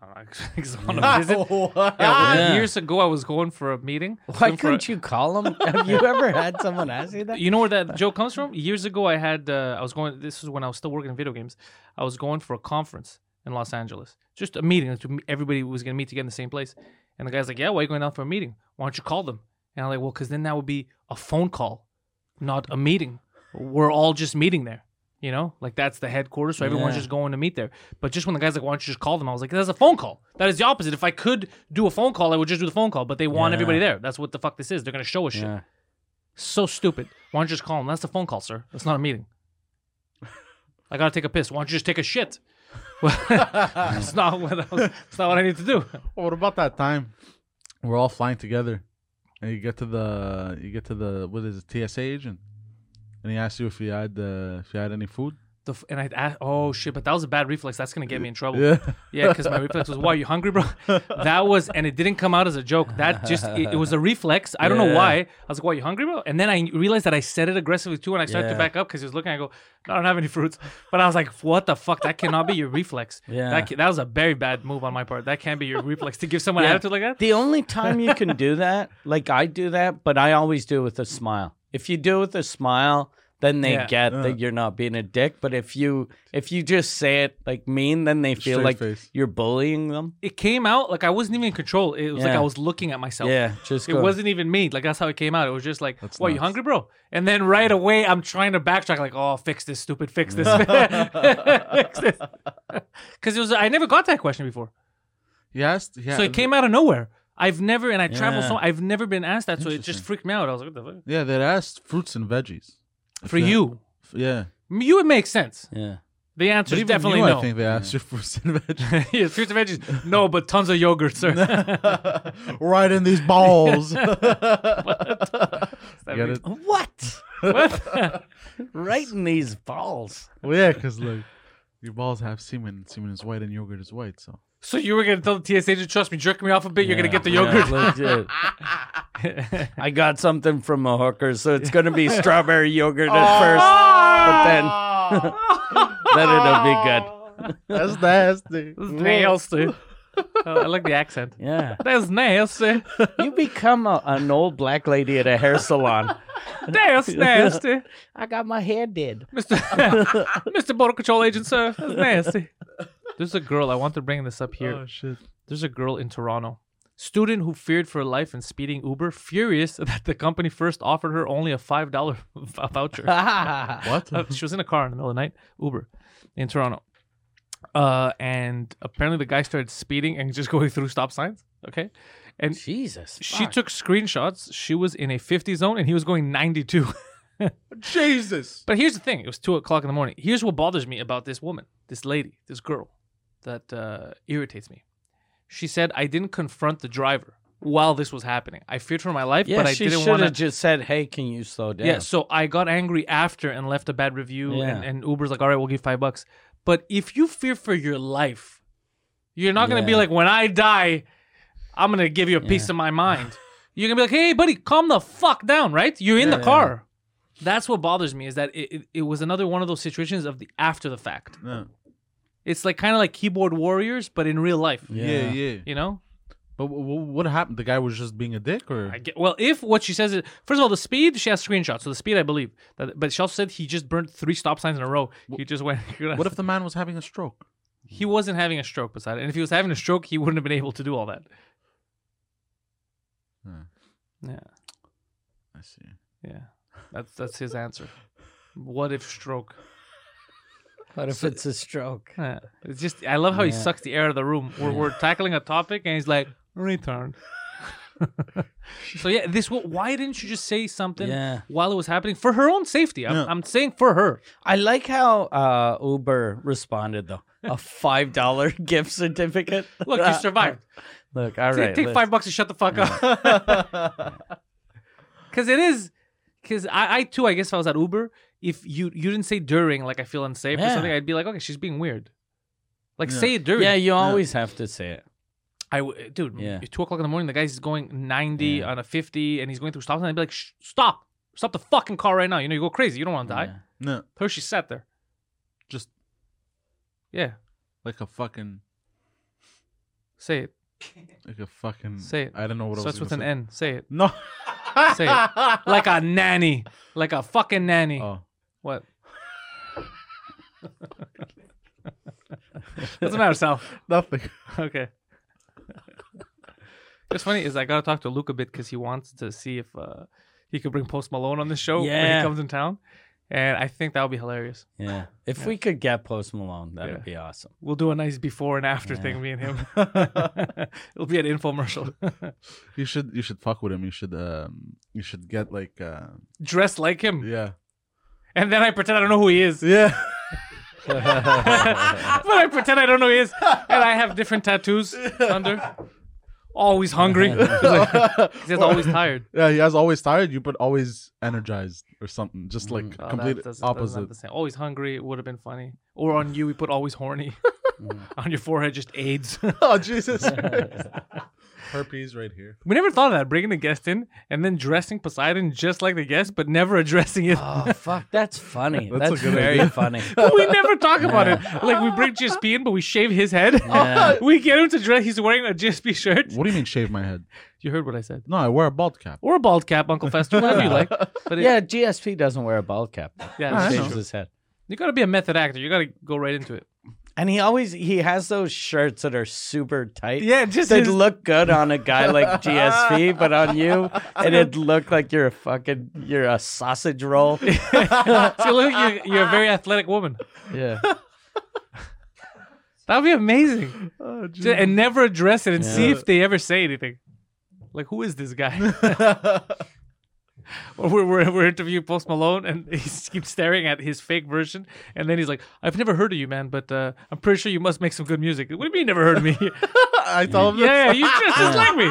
A: *laughs* I don't know. 'cause I want to
B: *laughs*
A: visit. Yeah,
B: Yeah.
A: Years ago, I was going for a meeting.
B: Why
A: Going for a-
B: couldn't you
A: *laughs*
B: call him? Have you ever had someone ask you that?
A: You know where
B: *laughs*
A: that joke comes from? Years ago, I had uh, I was going. This was when I was still working in video games. I was going for a conference in Los Angeles, just a meeting. It's- Everybody was going to meet together in the same place. And the guy's like, "Yeah, why are you going out for a meeting? Why don't you call them?" And I'm like, "Well, because then that would be a phone call, not a meeting. We're all just meeting there." You know, like that's the headquarters, so everyone's
B: Yeah.
A: just going to meet there. But just when the guy's like, "Why don't you just call them?" I was like, "That's a phone call. That is the opposite. If I could do a phone call, I would just do the phone call." But they want
B: Yeah.
A: everybody there. That's what the fuck this is. They're gonna show us shit.
B: Yeah.
A: So stupid. Why don't you just call him? That's a phone call, sir. That's not a
B: *laughs*
A: meeting. I gotta take a piss. Why don't you just take a shit? *laughs* That's not what I was, it's not what I need to do.
C: Well, what about that time? We're all flying together, and you get to the you get to the what is it TSA agent, and he asks you if you had uh, if you had any food. *laughs*
A: The f- and I asked, oh shit, but that was a bad reflex. That's gonna get me in trouble.
C: Yeah,
A: Yeah, because my reflex was, why are you hungry,
B: *laughs*
A: bro? That was, and it didn't come out as a joke. That just, it, it was a reflex. I don't know
B: Yeah.
A: why. I was like, why are you hungry, bro? And then I realized that I said it aggressively too, and I started
B: Yeah.
A: to back up because he was looking. I go, I don't have any fruits. But I was like, what the fuck? That cannot be your reflex.
B: Yeah.
A: That, ca- that was a very bad move on my part. That can't be your reflex to give someone
B: Yeah.
A: attitude like that.
B: The only time you can do that, like I do that, but I always do it with a smile. If you do it with a smile, then they
A: Yeah.
B: get that you're not being a dick. But if you if you just say it like mean, then they feel
C: Straight
B: like
C: face.
B: you're bullying them.
A: It came out like I wasn't even in control. It was like
B: Yeah.
A: I was looking at myself.
B: Yeah, just
A: It
B: go.
A: wasn't even me. Like that's how it came out. It was just like, "Well, you
C: nuts.
A: hungry, bro?" And then right away, I'm trying to backtrack. Like, "Oh, fix this, stupid. Fix
C: *laughs*
A: this. fix this." *laughs* Because it was I never got that question before,
C: he asked. Yeah,
A: so it came out of nowhere. I've never and I travel
B: Yeah.
A: so I've never been asked that, so it just
C: Interesting.
A: freaked me out. I was like, "What the
C: Yeah, they asked fruits and veggies.
A: fuck?" For
C: Yeah.
A: you,
C: F- Yeah,
A: you it makes sense.
B: Yeah.
A: The answer
C: But
A: is
C: even
A: definitely
C: you,
A: no.
C: I think they asked you *laughs* fruits and veggies
A: *laughs* yeah, fruits and veggies. No, but tons of yogurt,
C: *laughs*
A: sir.
C: right in these balls. Get
A: means-
C: it?
B: What?
A: *laughs* What? *laughs*
B: right in these balls.
C: Well, yeah, because *laughs* look, your balls have semen. Semen is white, and yogurt is white. So
A: So you were gonna tell the TSA to trust me, jerk me off a bit. You're gonna get the yogurt. *laughs*
B: legit. I got something from a hooker, so it's gonna
A: *laughs*
B: be strawberry yogurt at
A: Oh,
B: first,
A: Ah!
B: but then *laughs* then it'll be good.
C: *laughs* that's
A: *laughs*
C: *laughs* nasty. Mm.
A: nasty. Oh, I like the accent.
B: Yeah.
A: That's nasty.
B: You become a, an old black lady at a hair salon.
A: That's nasty.
B: *laughs* I got my hair *laughs* did.
A: *laughs* Mr. Mr. Border Control Agent, sir. That's nasty. There's a girl, I want to bring this up here.
C: Oh
A: *laughs*
C: shit.
A: There's a girl in Toronto. Student who feared for her life in speeding Uber, furious *laughs* that the company first offered her only a $5 v- *laughs* voucher.
C: What? *laughs*
A: Uh, she was in a car in the middle of the night, Uber, in Toronto. Uh, and apparently the guy started speeding and just *laughs* going through stop signs. Okay. And
B: Jesus.
A: she took screenshots. She was in a 50 zone and he was going 92.
C: Jesus.
A: *laughs* but here's the thing it was two o'clock in the morning. Here's what bothers me about this woman, this lady, this girl that uh, irritates me. She said, I didn't confront the driver while this was happening. I feared for my life,
B: Yeah,
A: but I
B: she
A: didn't
B: should
A: want to
B: have just said, "Hey, can you slow down?"
A: Yeah. so I got angry after and left a bad review,
B: Yeah.
A: and, and Uber's like, all right, we'll give five bucks. But if you fear for your life, you're not going to be
B: Yeah.
A: like, when I die, I'm going to give you a piece of my mind. *laughs* You're going to be like, hey, buddy, calm the fuck down, right? You're in the
B: Yeah.
A: car. That's what bothers me is that it, it, it was another one of those situations of the after the fact.
C: No.
A: It's like kind of like keyboard warriors, but in real life,
C: Yeah, yeah.
B: Yeah.
A: you know?
C: But w- w- what happened? The guy was just being a dick, or
A: I get, well, if what she says is first of all the speed, she has screenshots, so the speed I believe. That, but she also said he just burned three stop signs in a row. He just went. *laughs*
C: what if the man was having a stroke?
A: he wasn't having a stroke beside it? And if he was having a stroke, he wouldn't have been able to do all that.
C: Hmm.
A: Yeah,
C: I see.
A: yeah. That's that's his answer. What if stroke?
B: What if it's a stroke?
A: Yeah. It's just I love how he
B: Yeah. *laughs*
A: sucks the air out of the room. We're we're tackling a topic and he's like returned. so yeah, this. Will, why didn't you just say something
B: Yeah.
A: while it was happening for her own safety? I'm,
C: Yeah.
A: I'm saying for her.
B: I like how uh, Uber responded though. A five dollar *laughs* gift certificate. *laughs*
A: Look, you survived.
B: Look, all
A: Ta-
B: right.
A: take *laughs*
B: let's-
A: five bucks and shut the fuck up. Because it is. Because I, I too, I guess if I was at Uber, if you you didn't say during, like I feel unsafe or
B: Yeah.
A: something, I'd be like, okay, she's being weird. Like
C: Yeah.
A: say it during.
B: Yeah, you always have to say it.
A: I w- dude,
B: Yeah.
A: it's two o'clock in the morning, the guy's going ninety
B: Yeah.
A: on a fifty, and he's going through stops, and I'd be like, Shh, stop, stop the fucking car right now. You know, you go crazy. You don't want to die.
B: Yeah.
C: No,
A: Her, she sat there.
C: just
A: Yeah,
C: like a fucking,
A: say it.
C: like a fucking.
A: Say it.
C: I don't know what
A: Starts
C: I
A: with
C: was gonna
A: an
C: say.
A: N. Say it. *laughs*
C: *laughs* No. *laughs*
A: Say it. like a nanny. Like a fucking nanny.
C: Oh, *laughs*
A: What? Doesn't matter, Sal.
C: nothing.
A: Okay. *laughs* What's funny is I gotta talk to Luke a bit because he wants to see if uh, he could bring Post Malone on the show when
B: Yeah.
A: he comes in town, and I think that would be hilarious.
B: Yeah. If we could get Post Malone, that would
A: Yeah.
B: be awesome.
A: We'll do a nice before and after thing, me and him. *laughs* It'll be an infomercial.
C: You should you should fuck with him. You should um you should get like uh
A: Dress like him,
C: yeah
A: and then I pretend I don't know who he is.
C: yeah
A: *laughs* but I pretend I don't know who he is, and I have different tattoos under. Always hungry. *laughs* *laughs* He's
C: *laughs*
A: like- he's always tired.
C: yeah. He has always tired you, but always energized or something. Just like
A: Oh, that
C: complete
A: doesn't- doesn't have
C: opposite. *laughs*
A: the same. Always hungry would have been funny. Or on you, we put always horny. *laughs* on your forehead, just AIDS. *laughs*
C: oh Jesus! Herpes right here.
A: we never thought of that. Bringing the guest in and then dressing Poseidon just like the guest, but never addressing it.
B: *laughs* *laughs* Oh fuck, that's funny.
C: That's a
B: that's
C: good
B: very
C: idea.
B: *laughs* funny.
A: we never talk about it. Like we bring GSP in, but we shave his head.
B: Yeah.
A: *laughs* we get him to dress. He's wearing a GSP shirt.
C: What do you mean shave my head?
A: You heard what I said.
C: No, I wear a bald cap.
A: Or a bald cap, Uncle Fester, whatever you like. But it, yeah,
B: Yeah, GSP doesn't wear a bald cap. though.
A: yeah
C: I
A: it's
C: know.
B: Shaves
A: true.
B: his head.
A: you got to be a method actor. You got to go right into it.
B: And he always he has those shirts that are super tight.
A: Yeah, just
B: They'd
A: his-
B: look good on a guy *laughs* like GSP, but on you, it'd look like you're a fucking you're a sausage *laughs*
A: *laughs*
B: roll.
A: So look, you're, you're a very athletic woman.
B: yeah.
A: That would be amazing.
C: Oh,
A: Ju- and never address it and see
B: Yeah.
A: if they ever say anything. Like, who is this guy? or we're, we're, we're interviewing Post Malone and he s- keeps staring at his fake version. And then he's like, I've never heard of you, man, but uh, I'm pretty sure you must make some good music. What do you mean you never heard of me?
C: I
A: *laughs*
C: told him
A: yeah, you just, just like me.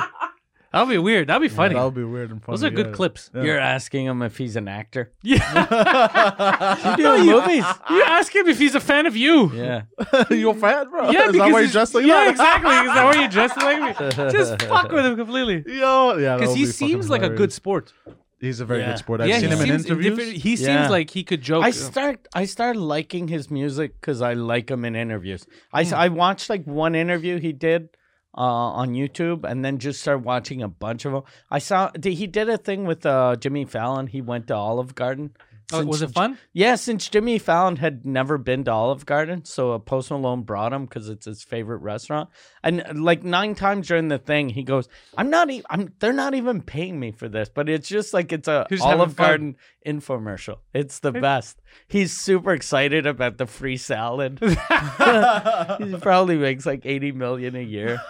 A: That'll be weird. That'll be funny.
C: that would be weird and funny.
A: Those are good
C: yeah.
A: clips.
C: Yeah.
B: You're asking him if he's an *laughs* actor.
A: Yeah.
B: You do movies.
A: you ask him if he's a fan of you.
B: Yeah.
C: *laughs* You're fat, bro.
A: Yeah,
C: *laughs* Is that why you
A: he's-
C: dress like
A: yeah,
C: that?
A: exactly. Is that why you dress like me? Just fuck with him completely.
C: *laughs* Yo, yeah. that
A: Because
C: would
A: he
C: be fucking
A: seems like a
C: hilarious.
A: good sport.
C: He's a very
B: Yeah.
C: good sport. I've
A: yeah,
C: seen
A: he
C: him in
A: seems
C: interviews.
A: different- He seems
B: Yeah.
A: like he could joke.
B: I start I start liking his music because I like him in interviews. I,
A: Hmm.
B: s- I watched like one interview he did uh, on YouTube, and then just started watching a bunch of them. I saw did- he did a thing with uh, Jimmy Fallon. He went to Olive Garden.
A: Oh, was it
B: Since-
A: fun?
B: Yeah, since Jimmy Fallon had never been to Olive Garden, so a Post Malone brought him because it's his favorite restaurant. And uh, like nine times during the thing, he goes, "I'm not, e- I'm, they're not even paying me for this, but it's just like it's a
A: He's having
B: Olive
A: fun.
B: Garden infomercial. It's the best. He's super excited about the
A: *laughs*
B: free salad. *laughs* he probably makes like eighty million a year.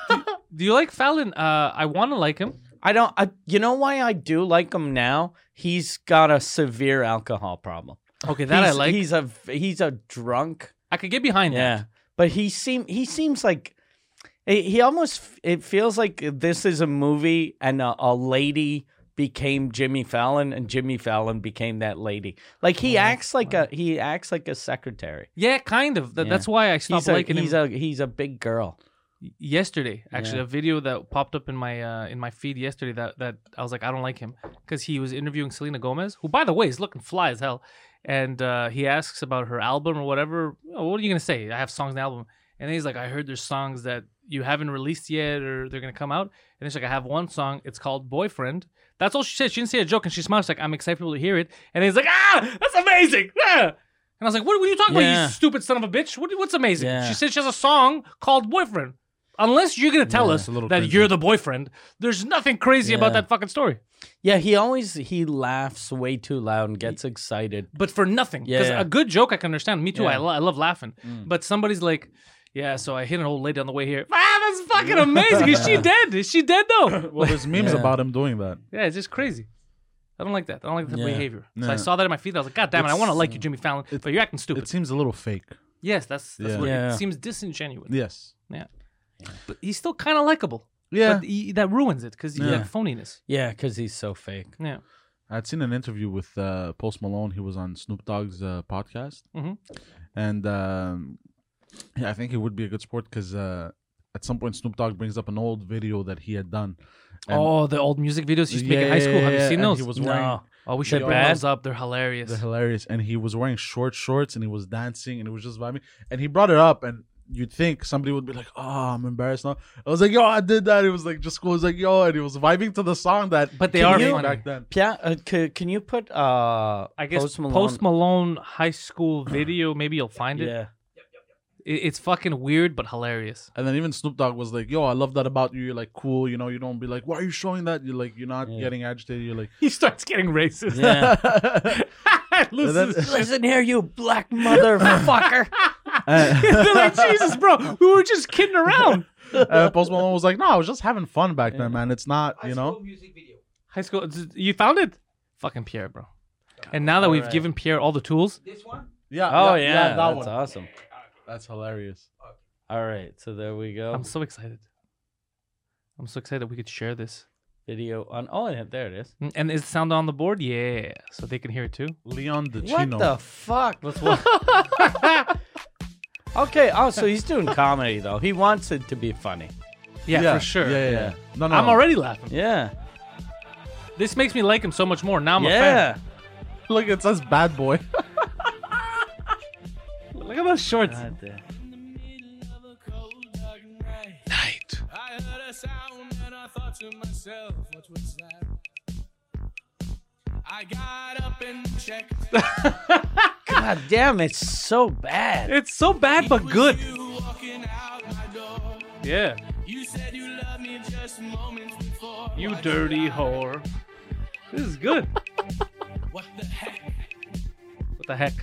A: Do you like Fallon? Uh, I want to like him.
B: I don't. I, you know why I do like him now? He's got a severe alcohol problem.
A: Okay, that I
B: he's,
A: like.
B: He's a he's a drunk.
A: I could get behind
B: Yeah, but he seem he seems like he he almost it feels like this is a movie and a, a lady became Jimmy Fallon and Jimmy Fallon became that lady. Like he
A: Oh,
B: acts like a he acts like a secretary.
A: that. Yeah, kind of. Th-
B: Yeah.
A: That's why I stopped
B: He's a,
A: liking
B: he's
A: him
B: a he's a big girl.
A: yesterday. Actually,
B: Yeah.
A: a video that popped up in my uh, in my feed yesterday that that I was like, I don't like him because he was interviewing Selena Gomez, who by the way is looking fly as hell, and uh, he asks about her album or whatever. "Oh, what are you gonna say? I have songs and album, and then he's like, I heard there's songs that you haven't released yet or they're gonna come out, and it's like I have one song. It's called Boyfriend. That's all she said. She didn't say a joke, and she smiles like I'm excited to hear it. And he's like, Ah, that's amazing. Yeah. And I was like, What were you talking about,
B: Yeah.
A: you stupid son of a bitch? What, what's amazing?
B: Yeah.
A: She said she has a song called Boyfriend. Unless you're gonna tell us
C: a little
A: that
C: cringy.
A: you're the boyfriend, there's nothing crazy about
B: Yeah.
A: that fucking story.
B: Yeah, he always he laughs way too loud and gets excited.
A: But for nothing, because
B: Yeah.
A: a good joke I can understand. Me too. I,
B: Yeah.
C: Mm.
A: lo- I love laughing. But somebody's like, Yeah, so I hit an old lady on the way here. Ah, That's fucking amazing.
C: *laughs*
A: Is she dead? Is she dead though?
C: Well, there's memes
B: Yeah.
C: about him doing that.
A: Yeah, it's just crazy. I don't like that. I don't like that
B: Yeah.
A: behavior. So
C: Yeah.
A: I saw that in my feed. I was like, God damn it, I want to
C: It's-
A: like you, Jimmy Fallon,
C: it-
A: but you're acting stupid.
C: It seems a little fake.
A: yes, that's that's
C: Yeah.
A: what
B: Yeah.
A: it seems disingenuous.
C: Yes.
A: But he's still kind of likable.
C: Yeah.
A: But he, that ruins it because
C: Yeah.
A: yeah. phoniness.
B: Yeah, because he's so fake.
A: Yeah.
C: I'd seen an interview with uh, Post Malone. He was on Snoop Dogg's uh, podcast,
A: Mhm.
C: and um, yeah, I think he would be a good sport because uh, at some point Snoop Dogg brings up an old video that he had done. And-
A: oh, the old music videos he used to make in high school. Have you
C: yeah,
A: seen
C: and
A: those?
C: He was
B: No.
C: wearing
A: oh, we
C: They're
A: should bring
C: bad?
A: those up. They're hilarious.
C: the hilarious, and he was wearing short shorts, and he was dancing, and it was just vibing. And he brought it up, and you'd think somebody would be like, "Oh, I'm embarrassed now." I was like, "Yo, I did that." It was like just cool. It was like, "Yo," and he was vibing to the song that.
A: But they
C: came
A: are
C: out
A: funny.
C: back then.
B: Yeah, uh, c- can you put uh
A: I guess
B: Post Malone?
A: high school video. Maybe you'll find it. *laughs*
B: yeah.
A: It- It's fucking weird but hilarious.
C: And then even Snoop Dogg was like, "Yo, I love that about you. You're like cool. You know, you don't be like, why are you showing that? You're like, you're not
B: Yeah.
C: getting agitated. You're like,
A: *laughs*
C: *laughs*
A: He starts getting racist. *laughs*
B: Yeah.
A: Loses
C: And then-
A: his
B: Listen here, you
A: *laughs*
B: black motherfucker.
A: *laughs* They're like,
C: *laughs*
A: Jesus, bro, we were just kidding around.
C: uh, Post Malone was like, no, I was just having fun back then, man. It's not,
D: High
C: you
D: school
C: know.
D: music video.
A: *laughs* High school, you found it? Fucking Pierre, bro. And now that we've
B: Alright.
A: given Pierre all the tools,
D: This one?
C: *laughs* Yeah.
B: oh yeah, that's
C: one.
B: awesome.
C: That's hilarious.
B: All right, so there we go.
A: I'm so excited. I'm so excited we could share this.
B: Video on. Oh, yeah, there it is.
A: Mm, And is the sound on the board? Yeah. So they can hear it too.
C: Leon DeCino.
B: What the fuck?
A: Let's watch.
B: *laughs* Okay. Oh, so he's doing comedy though. He wants it to be funny.
A: yeah, for sure.
C: Yeah, yeah, yeah.
B: Yeah.
C: No, no.
A: I'm
C: no.
A: already laughing.
B: Yeah.
A: This makes me like him so much more. Now I'm
B: yeah.
C: Look, it says bad boy. *laughs*
A: a fan. Look at those shorts.
B: God damn.
A: Night.
E: I heard a sound and I thought to myself, what was that? I got up and checked.
B: God damn, it's so bad.
A: It's so bad but good.
E: You walking out my door.
A: Yeah.
E: You said you loved me just moments before.
A: You
E: What
A: dirty
E: did I-
A: whore. This is *laughs* good.
E: What the heck?
A: What the heck?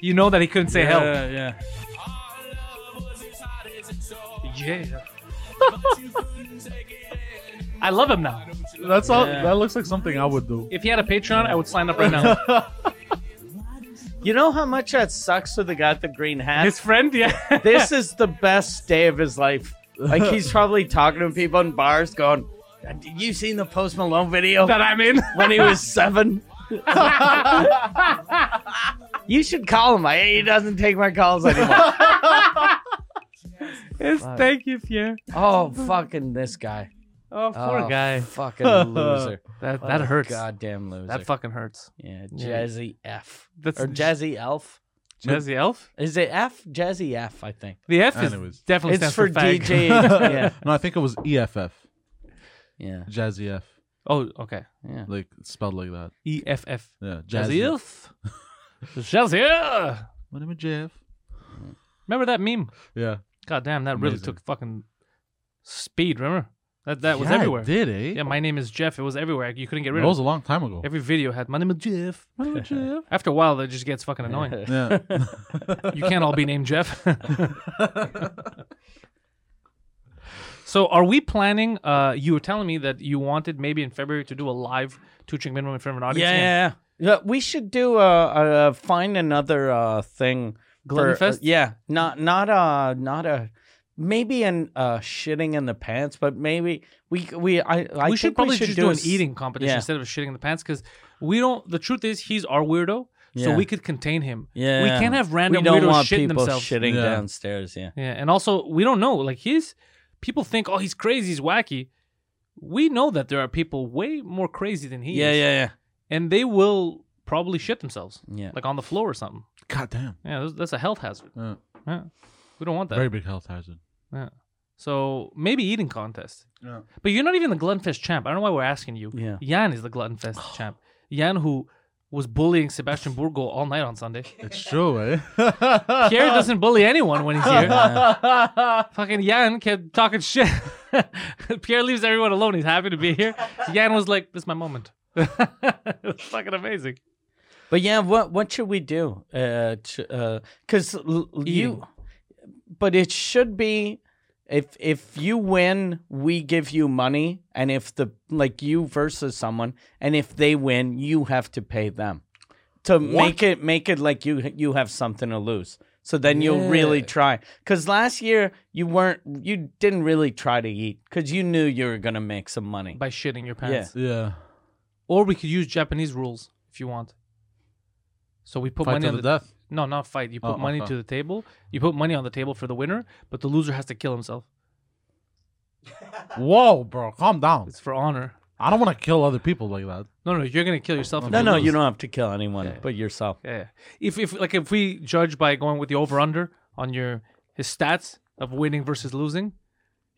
A: You know that he couldn't say hell.
B: Yeah, yeah.
E: Our love was as hot as a sore.
A: Yeah. *laughs*
E: But you couldn't take it anymore.
A: I love him now.
C: That's all.
B: Yeah.
C: That looks like something I
A: *laughs*
C: would do.
A: If he had a Patreon, I would sign up right *laughs* now.
B: You know how much that sucks for the guy with the green hat.
A: His friend, yeah. *laughs*
B: *laughs* this is the best day of his life. Like he's probably talking to people in bars, going, "Have you seen the Post Malone video
A: that I'm *laughs* in.
B: when he was seven? *laughs* you should call him. I, he doesn't take my calls anymore.
A: It's thank you, Pierre.
B: oh, fucking this guy.
A: Oh, poor
B: oh,
A: guy.
B: Fucking loser.
A: *laughs* That
B: What
A: that
B: a
A: hurts.
B: Goddamn loser.
A: That fucking hurts.
B: yeah,
A: Yeah.
B: Jazzy F.
A: That's
B: or Jazzy Elf.
A: Jazzy Elf.
B: Is it F? Jazzy F, I think.
A: The F is
C: Anyways.
A: definitely
B: it's
A: stands
B: for
A: fag.
B: DJ. yeah.
C: *laughs* No, I think it was EFF,
B: Yeah.
C: Jazzy F,
A: *laughs* Oh, okay.
B: Yeah.
C: like it's spelled like that.
A: E F F.
C: Yeah,
A: Jazzy
C: Jazzy.
A: Elf. Jazzy. Elf.
C: My name is Jeff.
A: Remember that meme?
C: Yeah.
A: God damn, that really
C: Amazing.
A: took fucking speed. Remember that that was
C: Yeah, it
A: everywhere.
C: Did eh?
A: Yeah, my name is Jeff. It was everywhere. You couldn't get
C: That
A: rid of
C: was
A: it.
C: a long time ago.
A: Every video had my name is Jeff.
C: My name is *laughs* Jeff.
A: After a while, that just gets fucking
B: *laughs*
A: annoying.
C: *laughs* Yeah.
A: You can't all be named Jeff. *laughs* so, are we planning? Uh, you were telling me that you wanted maybe in February to do a live teaching minimum in front of an audience.
B: yeah, yeah, yeah. Yeah, we should do a, a find another uh, thing. uh,
A: Glutton Fest?
B: yeah, not not a not a maybe an uh, shitting in the pants, but maybe we we I, I
A: we should
B: think
A: probably
B: we should
A: just
B: do,
A: do
B: a
A: an
B: s-
A: eating competition
B: yeah.
A: instead of shitting in the pants because we don't. The truth is, he's our weirdo, so
B: Yeah.
A: we could contain him.
B: Yeah,
A: we can't have random
B: we don't
A: weirdos
B: want
A: shitting
B: people
A: themselves.
B: shitting
C: Yeah.
B: downstairs. Yeah,
A: Yeah, and also we don't know. Like he's people think, oh, he's crazy, he's wacky. We know that there are people way more crazy than he
B: yeah,
A: is,
B: yeah,
A: and they will probably shit themselves,
B: yeah,
A: like on the floor or something.
C: God damn.
A: Yeah, that's, that's a health hazard.
C: Yeah.
A: We don't want that.
C: Very big health hazard.
A: So maybe eating contest.
C: Yeah.
A: But you're not even the glutton fest champ. I don't know why we're asking you.
B: yeah.
A: Jan is the glutton fest
C: *sighs*
A: champ. Jan who was bullying Sebastian Burgo
C: *laughs*
A: all night on Sunday.
C: It's true, eh? *laughs*
A: Pierre doesn't bully anyone when he's *laughs* here.
B: Yeah. *laughs*
A: Fucking Jan kept talking shit. *laughs* Pierre leaves everyone alone. He's happy to be here. Jan was like, "This is my moment." *laughs* it's fucking amazing.
B: But yeah, what what should we do? Because uh, to- uh 'cause l- l- you,
A: Eating.
B: but it should be. If if you win, we give you money, and if the like you versus someone, and if they win, you have to pay them to make it make it like you you have something to lose. So then you'll really
D: Yeah.
B: try. Cause last year you weren't you didn't really try to eat because you knew you were gonna make some money.
A: by shitting your pants.
C: Yeah.
A: Or we could use Japanese rules if you want. So we put
C: Fight
A: money
C: to
A: on
C: the
A: the,
C: death.
A: no, not fight. You put
C: Oh,
A: money
B: Uh-huh.
C: okay.
A: to the table. You put money on the table for the winner, but the loser has to kill himself.
C: Whoa, bro, calm down.
A: It's for honor.
C: I don't want to kill other people like that.
A: No, no, you're gonna kill yourself. if
B: No, no,
A: lose.
B: you don't have to kill anyone but yourself.
A: Yeah, yeah. If if like if we judge by going with the over under on your his stats of winning versus losing,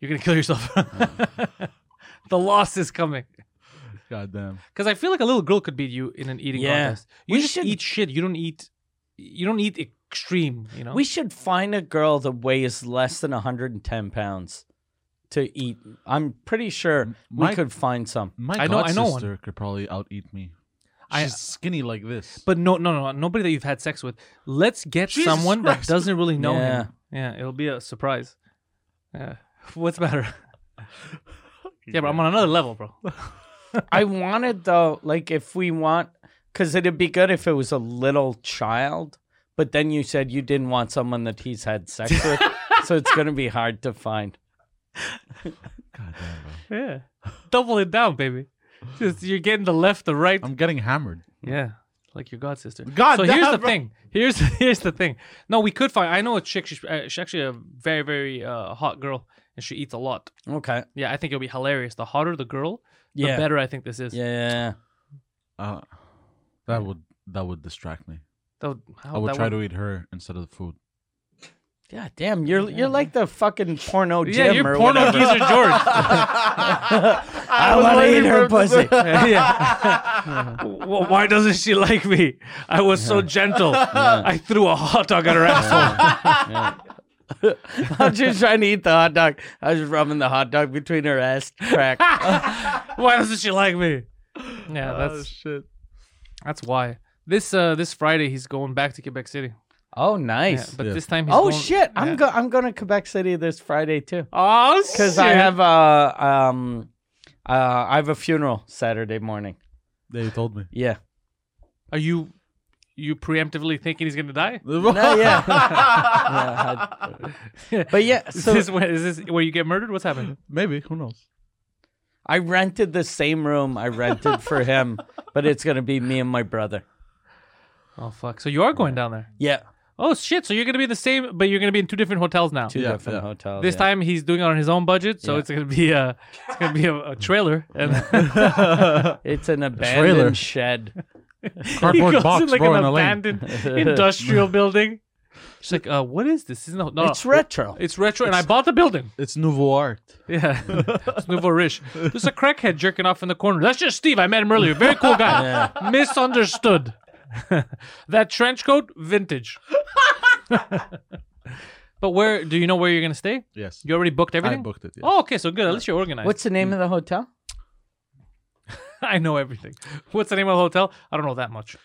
A: you're gonna kill yourself. *laughs* the loss is coming.
C: God damn.
A: Because I feel like a little girl could beat you in an eating
B: Yeah.
A: contest. You
B: We
A: just
B: should-
A: eat shit. You don't eat. You don't eat extreme. You know.
B: We should find a girl that weighs less than 110 pounds to eat. I'm pretty sure we
C: Mike-
B: could find some.
C: My
A: I know-
C: god
A: I know one.
C: sister could probably out eat me. She's
A: I-
C: skinny like this.
A: but no, no, no, nobody that you've had sex with. Let's get
C: Jesus
A: someone
C: Christ.
A: that doesn't really know
B: Yeah.
A: him. Yeah, it'll be a surprise. Yeah. *laughs* What's
C: *laughs*
A: better? yeah, but I'm on another level, bro.
B: I wanted though, like if we want, because it'd be good if it was a little child. But then you said you didn't want someone that he's had *laughs* sex with, so it's gonna be hard to find.
C: God damn, bro.
A: Yeah. Double it down, baby. Just you're getting the left, the right.
C: I'm getting hammered.
A: yeah. Like your god sister.
C: God
A: So here's
C: damn,
A: the
C: bro.
A: thing. Here's *laughs* here's the thing. No, we could find. I know a chick. She's, uh, she's actually a very very uh, hot girl, and she eats a lot.
B: Okay.
A: Yeah, I think it'll be hilarious. The hotter the girl, the
B: Yeah.
A: better I think this is.
B: Yeah.
C: Uh, that would that would distract me.
A: That would, how
C: I would
A: Oh, that
C: try to eat her instead of the food.
B: God damn, you're you're like the fucking porno
A: Yeah,
B: Jim
A: you're
B: or
A: porno
B: whatever.
A: geezer George.
B: *laughs* I want to eat
A: *laughs*
B: her pussy.
A: W- Why doesn't she like me? I was so gentle. I threw a hot dog at her asshole.
B: I'm just trying to eat the hot dog. I was rubbing the hot dog between her ass crack.
A: Why doesn't she like me? Yeah,
B: Oh,
A: that's
C: shit.
A: That's why. This uh this Friday he's going back to Quebec City.
B: oh,
A: Yeah,
B: nice.
A: but
C: Yeah.
A: this time he's
B: oh
A: going-
B: shit,
A: yeah.
B: I'm go- I'm going to Quebec City this Friday too.
A: Oh shit.
B: Because I have uh um uh I have a funeral Saturday morning.
C: They told me.
A: *laughs*
B: Yeah.
A: Are you you preemptively thinking he's gonna die?
B: No, yeah. *laughs* Yeah, I- but yeah,
A: Is
B: so
A: this where, is this where you get murdered? What's happening?
C: Maybe who knows?
B: I rented the same room I rented
A: *laughs*
B: for him, but it's gonna be me and my brother.
A: Oh fuck! So you are going down there.
B: Yeah,
A: Oh shit! So you're gonna be in the same, but you're gonna be in two different hotels now.
B: two
C: Yeah,
B: different
C: yeah.
B: hotels.
A: Oh, This
B: yeah.
A: time he's doing it on his own budget, so
B: Yeah.
A: it's gonna be a it's gonna be a, a trailer. *laughs* And
B: it's an
C: trailer.
B: abandoned shed.
A: he
C: *laughs* Cardboard
A: goes
C: box,
A: in like
C: bro,
A: an
C: in a lane.
A: abandoned
C: *laughs*
A: industrial building. She's like, uh, "What is this? This is no, no,
B: It's
A: *laughs*
B: retro.
A: it's retro." and I bought the
C: *laughs*
A: building.
C: *laughs* It's nouveau art.
A: *laughs* Yeah, it's nouveau riche. There's a crackhead jerking off in the corner. That's just Steve. I met him earlier. Very cool
C: *laughs*
A: guy. Misunderstood. *laughs* that trench coat,
C: *laughs*
A: vintage. but where do you know where you're gonna stay?
C: Yes.
A: You already booked everything.
C: I booked it. Yeah.
A: Oh, okay, so good. At least you're organized.
B: What's the name of the hotel?
A: *laughs* I know everything. What's the name of the hotel? I don't know that much.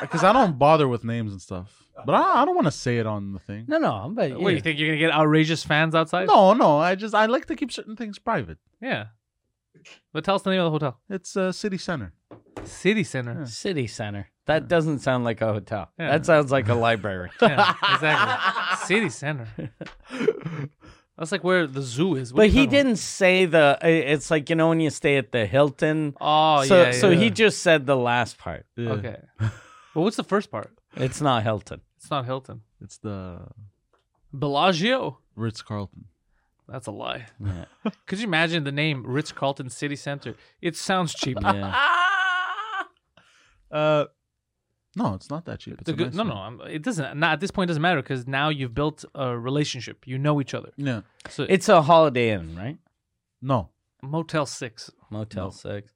C: Because I don't bother with names and stuff. But I, I don't want to say it on the thing.
B: No, no, but
A: What do you think you're gonna get outrageous fans outside?
C: No, no. I just I like to keep certain things private.
A: Yeah. But tell us the name of the hotel.
C: It's uh, city center.
A: City Center.
B: City Center. That doesn't sound like a hotel.
A: Yeah.
B: That sounds like a library.
A: *laughs* Yeah, exactly. City Center.
B: *laughs*
A: That's like where the zoo is. What
B: but
A: you
B: he
A: talking about?
B: didn't say the. i- It's like you know when you stay at the Hilton.
A: Oh
B: so
A: yeah.
B: so
A: yeah.
B: he just said the last part.
C: Yeah.
A: Okay. Well, what's the first part?
B: It's not Hilton.
A: It's not Hilton.
C: It's the
A: Bellagio.
C: Ritz Carlton.
A: That's a lie.
B: Yeah.
A: *laughs* Could you imagine the name Ritz Carlton City Center? It sounds cheap.
B: Yeah.
C: Uh, no, it's not that cheap. It's
A: It's a good,
C: nice
A: no,
C: one.
A: no, I'm- it doesn't. Not at this point, it doesn't matter because now you've built a relationship. You know each other.
C: Yeah.
A: So
B: *laughs* it's a Holiday Inn, right?
C: No.
A: Motel Six,
B: Motel
C: No.
B: Six.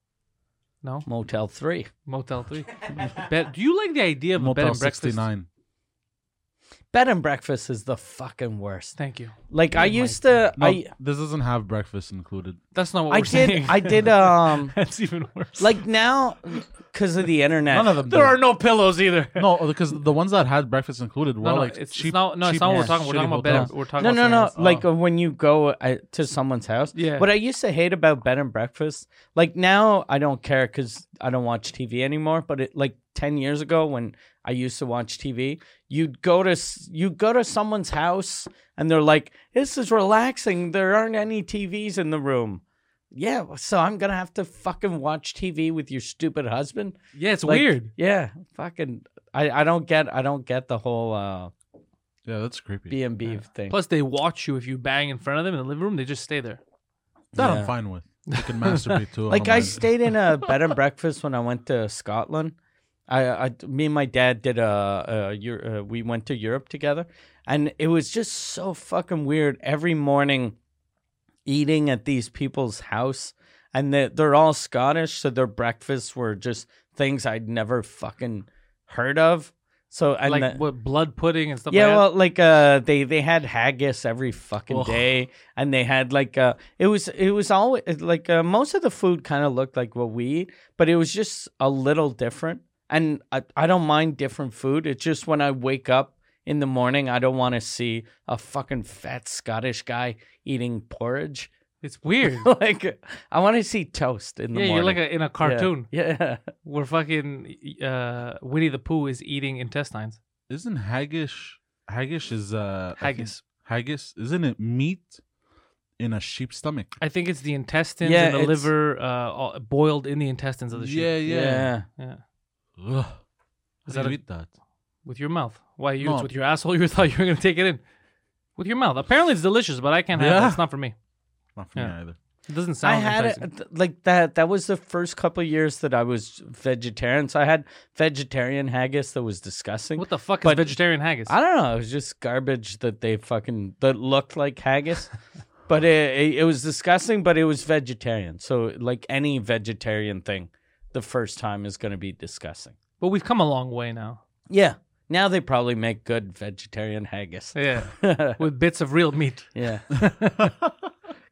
A: no
B: Motel Three. *laughs*
A: Motel Three. Bed- do you like the idea of a bed
C: Motel
A: and breakfast?
C: 69.
B: Bed and breakfast is the fucking worst.
A: Thank you.
B: Like I
A: my
B: used to,
C: No,
B: I
C: this doesn't have breakfast included.
A: That's not what
B: I
A: we're
B: did,
A: saying. *laughs*
B: I did. Um,
A: That's even worse.
B: like now, because of the internet,
C: None of them.
A: there
C: do.
A: are no pillows either.
C: no because the ones that had breakfast included were
A: no, no,
C: like
A: it's,
C: cheap.
A: it's not, no, it's
C: cheap
A: not what we're
C: ass
A: talking. We're
C: shitty
A: talking about
C: hotels.
A: bed. We're talking
B: No,
A: about Oh.
B: no, no.
A: something else.
B: Like uh, when you go uh, to someone's house.
A: Yeah.
B: What I used to hate about bed and breakfast, like now I don't care because I don't watch TV anymore. But it, like ten years ago when I used to watch TV, you'd go to s- you'd go to someone's house and they're like, "This is relaxing. There aren't any TVs in the room." Yeah, so I'm gonna have to fucking watch TV with your stupid husband.
A: Oh. yeah, it's
B: Like,
A: weird.
B: Yeah, fucking. I, I don't get I don't get the whole uh,
C: Yeah, that's creepy.
B: B and B thing.
A: Plus, they watch you if you bang in front of them in the living room. They just stay there.
C: That
B: Yeah.
C: I'm fine with. You can masturbate too.
B: like I
C: online.
B: stayed in a bed and breakfast when I went to Scotland. I, I me and my dad did a, a Eu- uh, we went to Europe together, and it was just so fucking weird. Every morning, eating at these people's house, and they, they're all Scottish, so their breakfasts were just things I'd never fucking heard of. So and
A: like
B: the-
A: what blood pudding and stuff.
B: yeah,
A: like
B: well, like uh, they they had haggis every fucking
A: Ugh.
B: day, and they had like uh, it was it was always like uh, most of the food kind of looked like what we eat, but it was just a little different. And I I don't mind different food. It's just when I wake up in the morning, I don't want to see a fucking fat Scottish guy eating porridge. *laughs*
A: that. it's weird.
B: like I want to see toast in the
A: yeah,
B: morning.
A: you're like a, in a
B: Yeah.
A: cartoon
B: Yeah,
A: where fucking uh, Winnie the Pooh is eating intestines.
C: Isn't haggish? Haggish is uh I think-
A: Haggis.
C: Haggis isn't it meat in a sheep's stomach?
A: I think it's the intestines
B: Yeah,
A: and the
B: it's-
A: liver uh, all, boiled in the intestines of the sheep.
C: Yeah,
B: yeah.
C: yeah.
A: Yeah.
C: Ugh. How
A: Is
C: do
A: that
C: you
A: a-
C: eat that?
A: With your mouth. Why you? It's
C: No.
A: with your asshole. *laughs* You thought you were gonna take it in. With your mouth. Apparently it's delicious, but I can't have
C: Yeah.
A: it. It's not for me.
C: Not for
A: Yeah.
C: me either.
A: It doesn't sound.
B: I had
A: enticing.
B: it th- like that. That was the first couple of years that I was vegetarian. So I had vegetarian haggis that was disgusting.
A: What the fuck is
B: but-
A: vegetarian haggis?
B: I don't know. It was just garbage that they fucking that looked like
A: *laughs*
B: haggis, but it, it it was disgusting. But it was vegetarian. So like any vegetarian thing, the first time is going to be disgusting.
A: but we've come a long way now.
B: Yeah. Now they probably make good vegetarian haggis.
A: Yeah.
B: *laughs* yeah.
A: *laughs* With bits of real meat.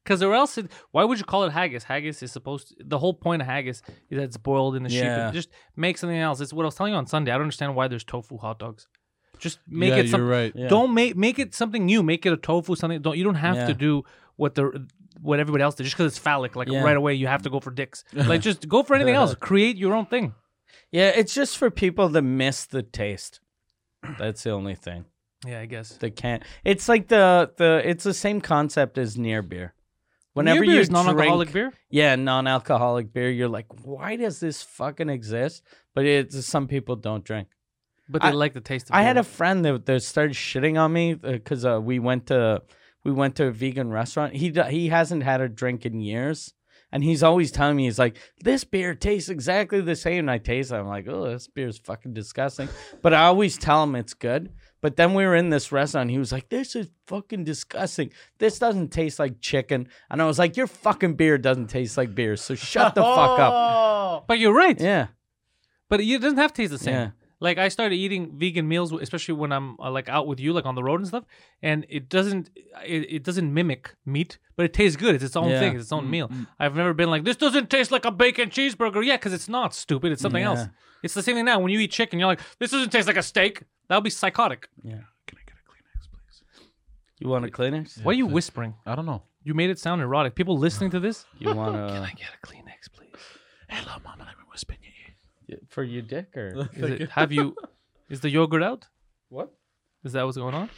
A: Because or else, it, why would you call it haggis? Haggis is supposed. the whole point of haggis is that it's boiled in the sheep.
B: Yeah.
A: And just make something else. It's what I was telling you on Sunday. I don't understand why there's tofu hot dogs. Just make
C: yeah,
A: it
C: you're
A: something.
C: right.
B: Yeah.
A: Don't make make it something new. Make it a tofu something. Don't you don't have
B: Yeah.
A: to do what the what everybody else did just because it's phallic. Like
B: Yeah.
A: right away, you have to go for
B: *laughs*
A: dicks. like just go for anything else. Create your own thing.
B: Yeah. It's just for people that miss the taste. That's the only thing.
A: Yeah, I guess.
B: They can't. It's like the the. It's the same concept as near beer. Whenever
A: Near beer
B: you
A: is non-alcoholic
B: drink-
A: beer.
B: yeah, non-alcoholic beer, you're like, why does this fucking exist? But it's some people don't drink.
A: But they
B: I-
A: like the taste. of
B: I
A: beer.
B: had a friend that, that started shitting on me because uh, we went to we went to a vegan restaurant. He d- he hasn't had a drink in years, and he's always telling me he's like, "This beer tastes exactly the same." And I taste it, I'm like, "Oh, this beer's fucking disgusting." But I always tell him it's good. But then we were in this restaurant. He was like, "This is fucking disgusting. This doesn't taste like chicken." And I was like, "Your fucking beer doesn't taste like beer. So shut the fuck
C: *laughs*
B: up."
C: Oh.
A: But you're right.
B: Yeah,
A: But it doesn't have to taste the same.
B: Yeah.
A: Like I started eating vegan meals, especially when I'm uh, like out with you, like on the road and stuff. And it doesn't, it, it doesn't mimic meat, but it tastes good. It's its own
B: Yeah.
A: thing. It's its own meal. I've never been like this. Doesn't taste like a bacon cheeseburger. Yeah, because it's not stupid. It's something else.
B: Yeah.
A: It's the same thing now. When you eat chicken, you're like, this doesn't taste like a steak. That would be psychotic.
C: Can I get a Kleenex, please?
B: you want a Kleenex?
A: Why are you whispering?
C: I don't know.
A: You made it sound erotic. People listening to this.
B: You want a
A: Get a Kleenex, please.
C: Hello, mama. Let me whisper in your ear.
B: for your dick *laughs* or?
A: Is it, have you? Is the yogurt out?
B: What?
A: Is that what's going on?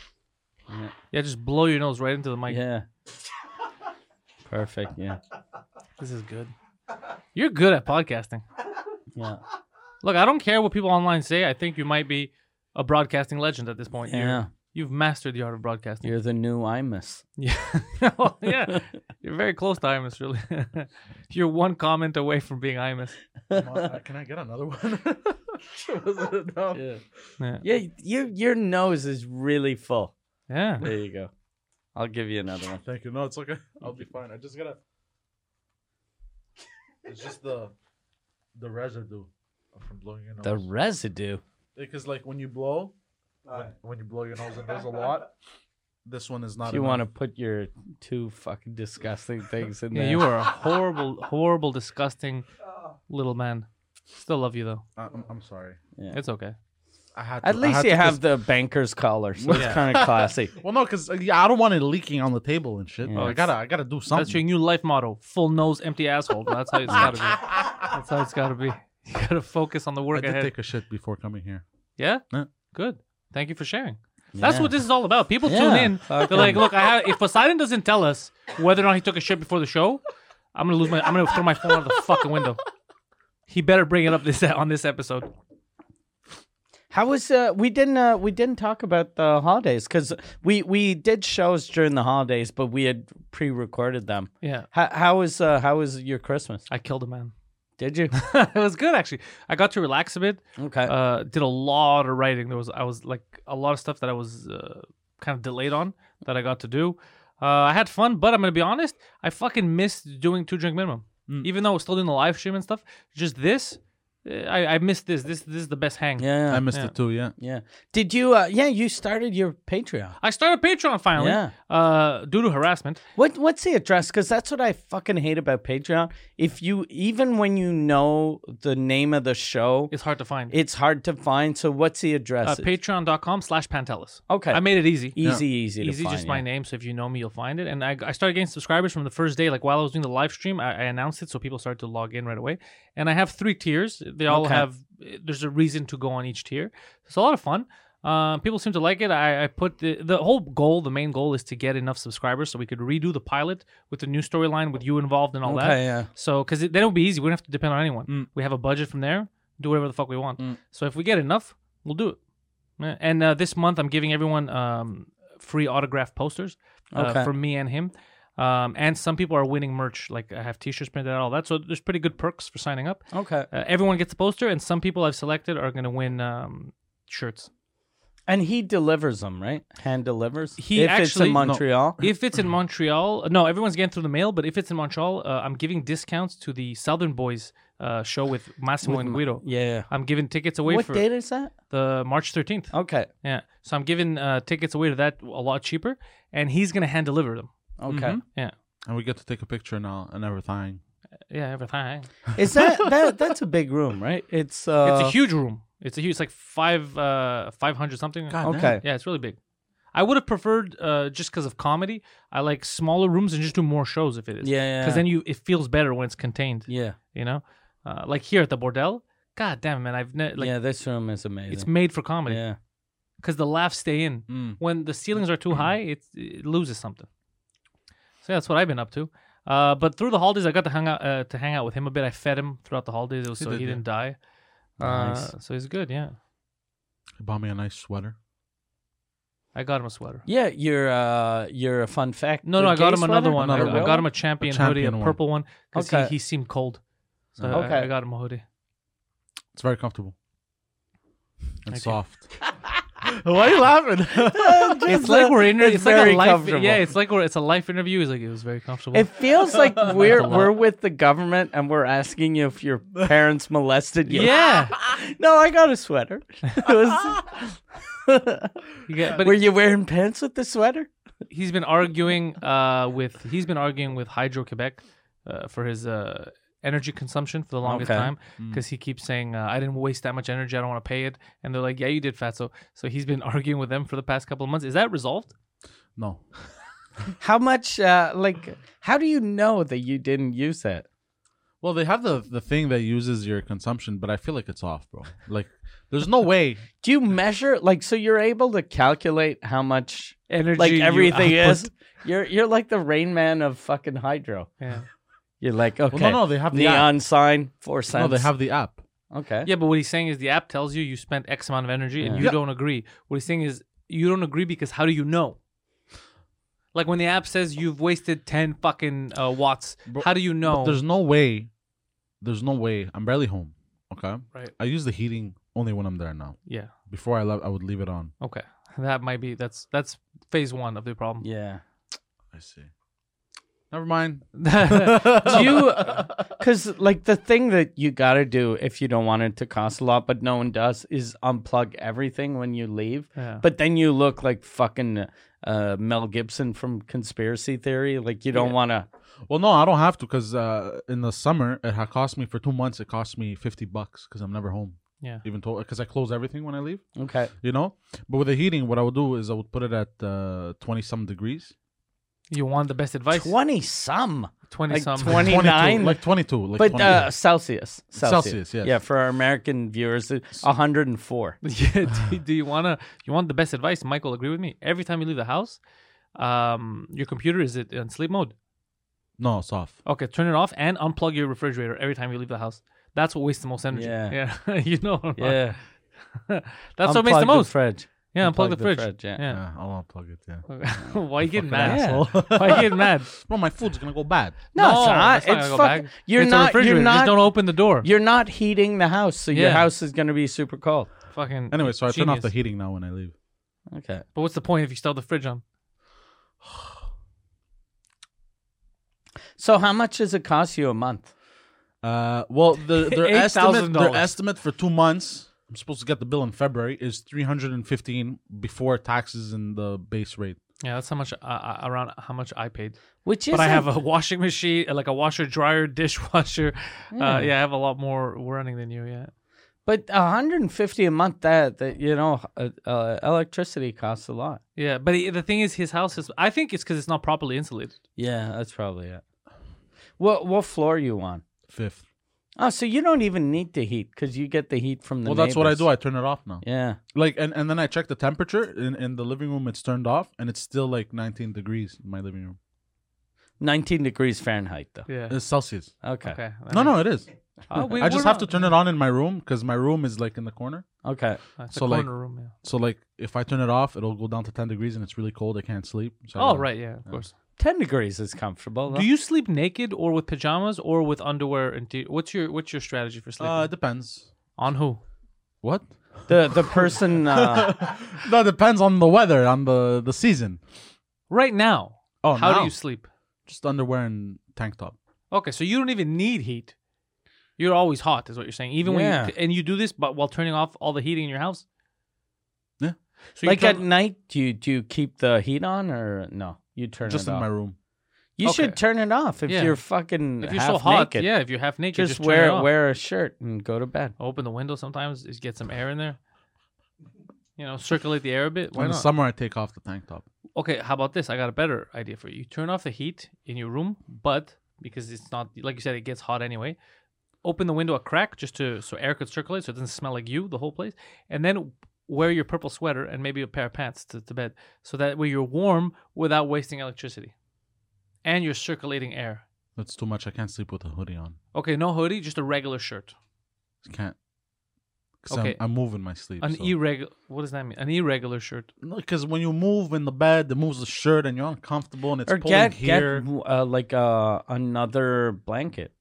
A: Yeah, just blow your nose right into the mic.
B: Yeah. *laughs* Perfect. Yeah.
A: This is good. You're good at podcasting.
B: Yeah.
A: Look, I don't care what people online say. I think you might be a broadcasting legend at this point. You're-
B: Yeah.
A: You've mastered the art of broadcasting.
B: You're the new Imus.
A: Yeah. *laughs* Oh, yeah. You're very close to Imus, really. *laughs* You're one comment away from being Imus.
C: uh, Can I get another one? *laughs* Wasn't enough.
B: Yeah.
A: Yeah.
B: Yeah. You, your nose is really full.
A: Yeah.
B: There you go. I'll give you another one.
C: Thank you. No, it's okay. I'll be fine. I just
A: *laughs*
C: gotta. It's just the, the residue from blowing your
B: The residue.
C: Because like when you blow,
D: When, when you blow your nose and there's a lot.
C: This one is not.
B: If you
C: enough.
B: want to put your two fucking disgusting things in
A: Yeah,
B: there.
A: you are a horrible, horrible, disgusting little man. Still love you though.
C: I- I'm, I'm sorry.
A: It's okay.
C: I had to,
B: At
C: I
B: least
C: had
B: you
C: to
B: have
C: dis-
B: the banker's collar, so
A: Yeah.
B: it's kind of *laughs* classy.
C: well, no, because yeah, I don't want it leaking on the table and shit.
B: Yeah.
C: I gotta, I gotta do
A: That's your
C: something.
A: new life motto: full nose, empty asshole. That's how it's gotta be. That's how it's gotta be. You gotta focus on the
C: I
A: work
C: did
A: ahead.
C: take a shit before coming here.
A: Yeah?
C: Yeah.
A: Good. Thank you for sharing. That's
B: Yeah.
A: what this is all about. People
B: Yeah,
A: tune in. They're
B: fucking-
A: like, look, I have, if Poseidon doesn't tell us whether or not he took a shit before the show, I'm gonna lose my. I'm gonna throw my phone out of the fucking window. He better bring it up this on this episode.
B: How was uh, we didn't uh, we didn't talk about the holidays because we we did shows during the holidays, but we had pre-recorded them.
A: Yeah,
B: How how was uh, how was your Christmas?
A: I killed a man. *laughs*
B: Did *laughs* you?
A: it was good actually. I got to relax a bit.
B: Okay.
A: Uh, did a lot of writing. There was I was like a lot of stuff that I was uh, kind of delayed on that I got to do. Uh, I had fun, but I'm gonna be honest. I fucking missed doing two drink minimum,
B: Mm.
A: even though I was still doing the live stream and stuff. Just this, eh, I, I missed this. This this is the best hang.
B: yeah.
C: I missed
A: Yeah.
C: it too. Yeah.
B: yeah. Did you? Uh, yeah, you started your Patreon.
A: I started Patreon finally.
B: Yeah.
A: Uh, due to harassment.
B: What what's the address? Because that's what I fucking hate about Patreon. If you even when you know the name of the show,
A: It's hard to find.
B: it's hard to find. So what's the
A: uh,
B: address?
A: Patreon.com slash Pantelis.
B: Okay.
A: I made it easy.
B: easy, easy, to
A: easy,
B: find,
A: just my
B: yeah.
A: name. So if you know me, you'll find it. And I, I started getting subscribers from the first day. Like while I was doing the live stream, I, I announced it so people started to log in right away. And I have three tiers. They all
B: Okay.
A: have. There's a reason to go on each tier. It's a lot of fun. Um, people seem to like it. I, I put the the whole goal. The main goal is to get enough subscribers so we could redo the pilot with the new storyline with you involved and all that.
B: Okay. Yeah.
A: So, because then it would be easy. We don't have to depend on anyone. We have a budget from there. Do whatever the fuck we want. So if we get enough, we'll do it. Yeah. And uh, this month, I'm giving everyone um, free autograph posters uh,
B: Okay.
A: for me and him. Um, and some people are winning merch. Like I have T-shirts printed out, all that. So there's pretty good perks for signing up. *laughs*
B: Okay.
A: Uh, everyone gets a poster, and some people I've selected are gonna win um, shirts.
B: And he delivers them, right? Hand delivers.
A: He
B: if it's
A: actually-
B: in
A: no.
B: Montreal.
A: if it's in Montreal, uh, no, everyone's getting through the mail. But if it's in Montreal, uh, I'm giving discounts to the Southern Boys uh, show with Massimo and Guido.
B: Yeah.
A: I'm giving tickets away
B: What Oh.
A: for
B: date is that?
A: the March 13th.
B: Okay.
A: Yeah. So I'm giving uh, tickets away to that a lot cheaper, and he's gonna hand deliver them.
B: Okay.
A: Yeah.
C: And we get to take a picture now and everything.
A: Yeah, everything. *laughs*
B: Is that that that's a big room, right? It's uh
A: it's a huge room. It's a huge. It's like five, uh, five hundred something.
C: God damn.
B: Okay.
A: Yeah, it's really big. I would have preferred uh, just because of comedy. I like smaller rooms and just do more shows if it is.
B: Yeah, yeah.
A: Because then you it feels better when it's contained.
B: Yeah.
A: You know, uh, like here at the Bordel. God damn man, I've ne- like
B: yeah, this room is amazing.
A: it's made for comedy
B: yeah.
A: because the laughs stay in.
C: Mm.
A: when the ceilings are too high, it, it loses something. So yeah, that's what I've been up to. Uh, but through the holidays, I got to hang out uh, to hang out with him a bit. I fed him throughout the holidays, it was,
C: He
A: so
C: did,
A: he
C: yeah.
A: didn't die. Uh, so he's good. Yeah,
C: He bought me a nice sweater.
A: I got him a sweater.
B: Yeah, you're uh you're a fun fact.
A: No, no, I got him another one. I-
C: Another
A: I,
C: one.
A: got him a champion,
C: champion
A: hoodie, a
C: one.
A: purple one, because
B: Okay.
A: he, he seemed cold. So I-
B: Okay.
A: I, got him a hoodie.
C: It's very comfortable and
A: Okay.
C: soft.
B: *laughs* Why are
A: *laughs*
B: you laughing?
A: It's like we're in. uh, It's, like a
B: very
A: life.
B: comfortable.
A: Yeah, it's like we're, it's a life interview. He's like it was very comfortable.
B: It feels *laughs* like we're
A: a lot.
B: we're with the government and we're asking you if *laughs* your parents molested you.
A: yeah,
B: No, I got a *laughs* sweater. It was-
A: You get- but
B: Were you wearing pants with the sweater?
A: he's been arguing uh, with he's been arguing with Hydro Quebec uh, for his uh, energy consumption for the longest
B: Okay.
A: time because he keeps saying uh, I didn't waste that much energy. I don't want to pay it, and they're like, Yeah, you did, Fatso. So he's been *laughs* arguing with them for the past couple of months. Is that resolved?
C: No,
B: How much uh like how do you know that you didn't use that?
C: well they have the the thing that uses your consumption, but I feel like it's off, bro. Like there's no way.
B: Do you measure like so you're able to calculate how much
A: Energy,
B: like
A: you
B: everything
A: output.
B: is? You're you're like the rain man of fucking hydro.
A: Yeah.
B: You're like, okay.
C: Well, no, no, they have the
B: neon sign, four
C: app.
B: cents.
C: No, they have the app.
B: Okay.
A: yeah, but what he's saying is the app tells you you spent X amount of energy and
B: Yeah.
A: you
C: Yeah.
A: don't agree. What he's saying is you don't agree because how do you know? Like when the app says you've wasted ten fucking uh, watts,
C: Bro,
A: how do you know?
C: But there's no way. There's no way. I'm barely home. Okay.
A: Right.
C: I use the heating only when I'm there now.
A: Yeah.
C: Before I left, I would leave it on.
A: Okay. That might be that's that's phase one of the problem.
B: Yeah.
C: I see. Never mind.
A: *laughs*
B: Do *laughs* you, because like the thing that you gotta do if you don't want it to cost a lot, but no one does, is unplug everything when you leave.
A: Yeah.
B: But then you look like fucking uh, Mel Gibson from Conspiracy Theory. Like you don't want to.
C: Well, no, I don't have to because uh, in the summer it had cost me for two months. It cost me fifty bucks because I'm never home.
A: Yeah.
C: Even told because I close everything when I leave.
B: Okay.
C: You know. But with the heating, what I would do is I would put it at twenty some degrees.
A: You want the best advice?
B: Twenty some,
A: 20
B: like
A: something.
B: twenty
C: 22,
B: nine,
C: like twenty two, like
B: but
C: 22.
B: uh, Celsius. Celsius.
C: Celsius, yes.
B: Yeah, for our American viewers, hundred and four.
A: *laughs* Yeah, do, do you wanna you want the best advice? Michael, agree with me. Every time you leave the house, um, your computer is it in sleep mode?
C: no, it's off.
A: Okay, turn it off and unplug your refrigerator every time you leave the house. That's what wastes the most energy.
B: Yeah.
A: yeah. *laughs* you know. what I'm on.
B: Yeah,
A: that's what makes
B: Unplug
A: the most.
B: fridge.
A: yeah, unplug,
B: unplug
A: the
B: the
A: fridge.
B: fridge, yeah.
A: yeah.
C: Yeah, I'll unplug it. Yeah.
A: *laughs* Why you getting mad?
B: asshole.
A: *laughs* Why you getting
B: *laughs*
A: mad?
C: Bro, my food's gonna go bad.
B: No, it's not.
A: that's not
B: It's
A: gonna go
B: fucking.
A: back.
B: You're
A: It's a
B: not. You're
A: refrigerator. Just
B: not.
A: don't open the door.
B: You're not heating the house, so your
A: Yeah.
B: house is going to be super cold.
A: fucking
C: Anyway, so I turn off the
A: genius.
C: heating now when I leave.
B: Okay.
A: But what's the point if you still have the fridge on?
B: So how much does it cost you a month?
C: Uh, well, the,
A: *laughs*
C: their estimate
A: $8,000.
C: their estimate for two months. I'm supposed to get the bill in February is 315 before taxes and the base rate.
A: Yeah, that's how much uh, uh, around how much I paid.
B: Which is
A: But I have a washing machine, uh, like a washer, dryer, *laughs* dishwasher. Yeah, uh, yeah I have a lot more running than you. Yeah,
B: but 150 a month that that you know uh, uh, electricity costs a lot.
A: yeah. But the- the thing is, his house is. I think it's because it's not properly insulated.
B: Yeah, that's probably it. What what floor you on?
C: Fifth.
B: Oh, so you don't even need to heat because you get the heat from the.
C: well, that's what I
B: neighbors.
C: do. I turn it off now.
B: yeah.
C: Like, and, and then I check the temperature in, in the living room. It's turned off, and it's still like 19 degrees in my living room.
B: 19 degrees Fahrenheit though.
A: Yeah.
C: It's Celsius.
B: Okay.
A: Okay. that
C: No,
A: makes-
C: no, it is.
A: Oh, we-
C: I just
A: we're
C: have to
A: not-
C: turn it on in my room because my room is like in the corner.
B: Okay.
A: Uh, It's a
C: so, like-
A: corner room. Yeah.
C: So like, if I turn it off, it'll go down to 10 degrees, and it's really cold. I can't sleep. So I
A: Oh
C: gotta-
A: right, yeah, of course.
B: 10 degrees is comfortable. Though.
A: Do you sleep naked or with pajamas or with underwear? And t- what's your what's your strategy for sleeping?
C: Uh, it depends.
A: on who?
C: What?
B: the the
A: *laughs*
B: person uh,
C: *laughs* That depends on the weather, on the the season.
A: Right now.
C: Oh,
A: how
C: now.
A: do you sleep?
C: Just underwear and tank top.
A: Okay, so you don't even need heat. You're always hot, is what you're saying. Even
B: Yeah.
A: when you, and you do this, but while turning off all the heating in your house.
C: Yeah.
A: So you
B: like at
A: turn,
B: night, do you, do you keep the heat on or no? You turn
C: Just
B: it
C: in
B: off.
C: my room.
B: You should
A: Okay.
B: turn it off if
A: Yeah.
B: you're fucking
A: if you're
B: half
A: so hot,
B: naked.
A: yeah. If you're half naked,
B: just,
A: just, turn it
B: wear
A: off.
B: wear a shirt and go to bed.
A: Open the window sometimes, is get some air in there. You know, circulate the air a bit. Why
C: in the
A: not?
C: summer, I take off the tank top.
A: okay, how about this? I got a better idea for you. You turn off the heat in your room, but because it's not like you said, it gets hot anyway. Open the window a crack just to so air could circulate, so it doesn't smell like you the whole place. And then wear your purple sweater and maybe a pair of pants to, to bed, so that way you're warm without wasting electricity, and you're circulating air.
C: That's too much. I can't sleep with a hoodie on.
A: Okay, no hoodie, just a regular shirt.
C: Can't. Because
A: Okay.
C: I'm, I'm moving my sleep.
A: An e- irregular. What does that mean? An irregular shirt.
C: Because when you move in the bed, it moves the shirt, and you're uncomfortable, and it's
B: or
C: pulling
B: get
C: here.
B: get uh, like uh, another blanket.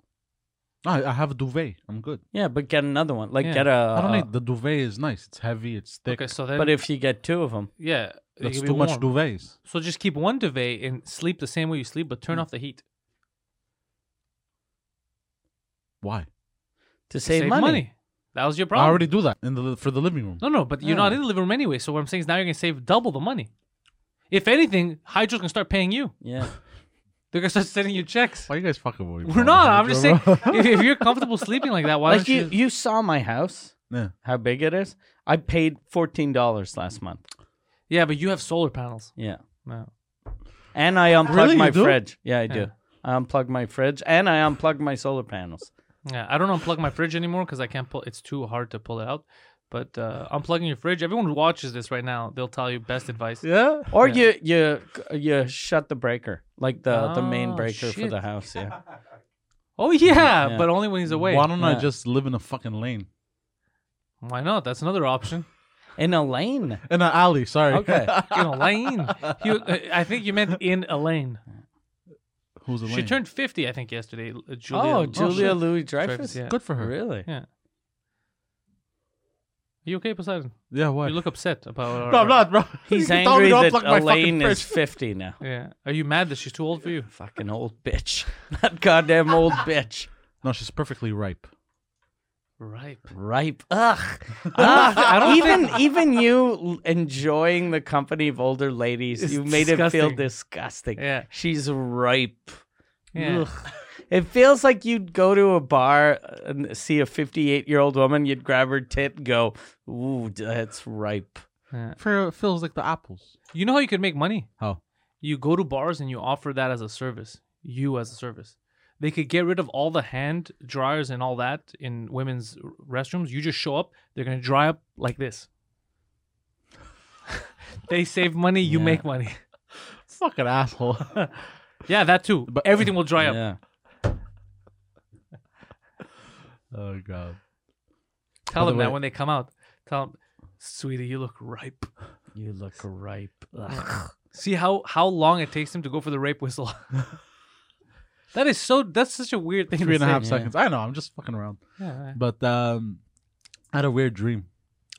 C: No, I, I have a duvet. I'm good.
B: Yeah, but get another one. Like
A: Yeah.
B: get a.
C: I don't
B: a-
C: need the duvet. Is nice. It's heavy. It's thick.
A: Uh, Okay, so then.
B: but if you get two of them,
A: yeah, it
C: That's
A: can be
C: too much
A: warm.
C: duvets.
A: So just keep one duvet and sleep the same way you sleep, but
C: Hmm.
A: turn off the heat.
C: Why?
B: to save, money.
A: That was your
C: I
A: problem.
C: already do that in the for the living room.
A: no, no, but you're not in the living room anyway. So what I'm saying is now you're gonna save double the money. If anything, Hydro's gonna start paying you.
B: Yeah.
A: They're gonna start sending you checks.
C: Why you guys fucking with me,
A: We're
C: bro?
A: not. I'm just saying, if, if you're comfortable sleeping like that, *laughs* why
B: like
A: don't
B: you,
A: you?
B: you saw my house,
C: *laughs* yeah.
B: how big it is. I paid fourteen dollars last month.
A: Yeah, but you have solar panels.
B: Yeah.
A: No.
B: And I unplug
C: Really? You
B: my
C: do?
B: fridge. Yeah, I do. I unplug my fridge and I unplug my solar panels.
A: Yeah, I don't unplug my fridge anymore because I can't pull. It's too hard to pull it out. But uh, unplugging your fridge. Everyone who watches this right now, they'll tell you best advice.
C: Yeah.
B: Or you you you shut the breaker, like the the main
A: Oh,
B: breaker for
A: shit.
B: the house. Yeah.
A: Oh yeah,
B: Yeah.
A: but only when he's away.
C: Why don't I
B: Yeah.
C: just live in a fucking lane?
A: Why not? That's another option.
B: *laughs* In a lane.
C: In an alley, sorry.
B: Okay.
A: In a lane. You, uh, I think you meant in a lane.
C: *laughs* Who's the
A: She
C: lane?
A: turned 50, I think, yesterday. L- uh, Julia.
B: oh, Julia
C: shit.
B: Louis Dreyfus.
A: yeah.
C: Good for her.
B: Really?
A: Yeah. you okay, Poseidon?
C: Yeah, what?
A: You look upset about. Our,
C: no, I'm not, bro.
B: *laughs* He's
C: You
B: angry
C: told me to
B: that
C: unplug my fucking
B: Elaine is
C: fridge. *laughs*
B: 50 now.
A: Yeah. Are you mad that she's too old for you?
B: Fucking old bitch. *laughs* That goddamn old bitch.
C: No, she's perfectly ripe.
A: Ripe.
B: Ripe. Ugh. Ugh. even even you l- enjoying the company of older ladies,
A: It's
B: you made it
A: disgusting.
B: feel disgusting.
A: Yeah.
B: She's ripe.
A: Yeah.
B: Ugh. It feels like you'd go to a bar and see a 58 year old woman, you'd grab her tit and go, Ooh, that's ripe.
C: Fe- Feels like the apples.
A: You know how you could make money?
C: How?
A: You go to bars and you offer that as a service. You as a service. They could get rid of all the hand dryers and all that in women's r- restrooms. You just show up, they're going to dry up like this. *laughs* they save money, you
B: Yeah.
A: make money.
C: Fucking asshole. *laughs*
A: Yeah, that too. But
C: But-
A: everything will dry up.
B: Yeah.
C: oh
B: *laughs*
C: god.
A: Tell
C: By the
A: them that
C: way-
A: when they come out. Tell them, sweetie, you look ripe.
B: You look ripe. Ugh.
A: See how how long it takes him to go for the rape whistle. *laughs* that is so. That's such a weird thing.
C: Three
A: to
C: and a half
A: say.
C: seconds. I know. I'm just fucking around.
A: Yeah, yeah.
C: But um, I had a weird dream.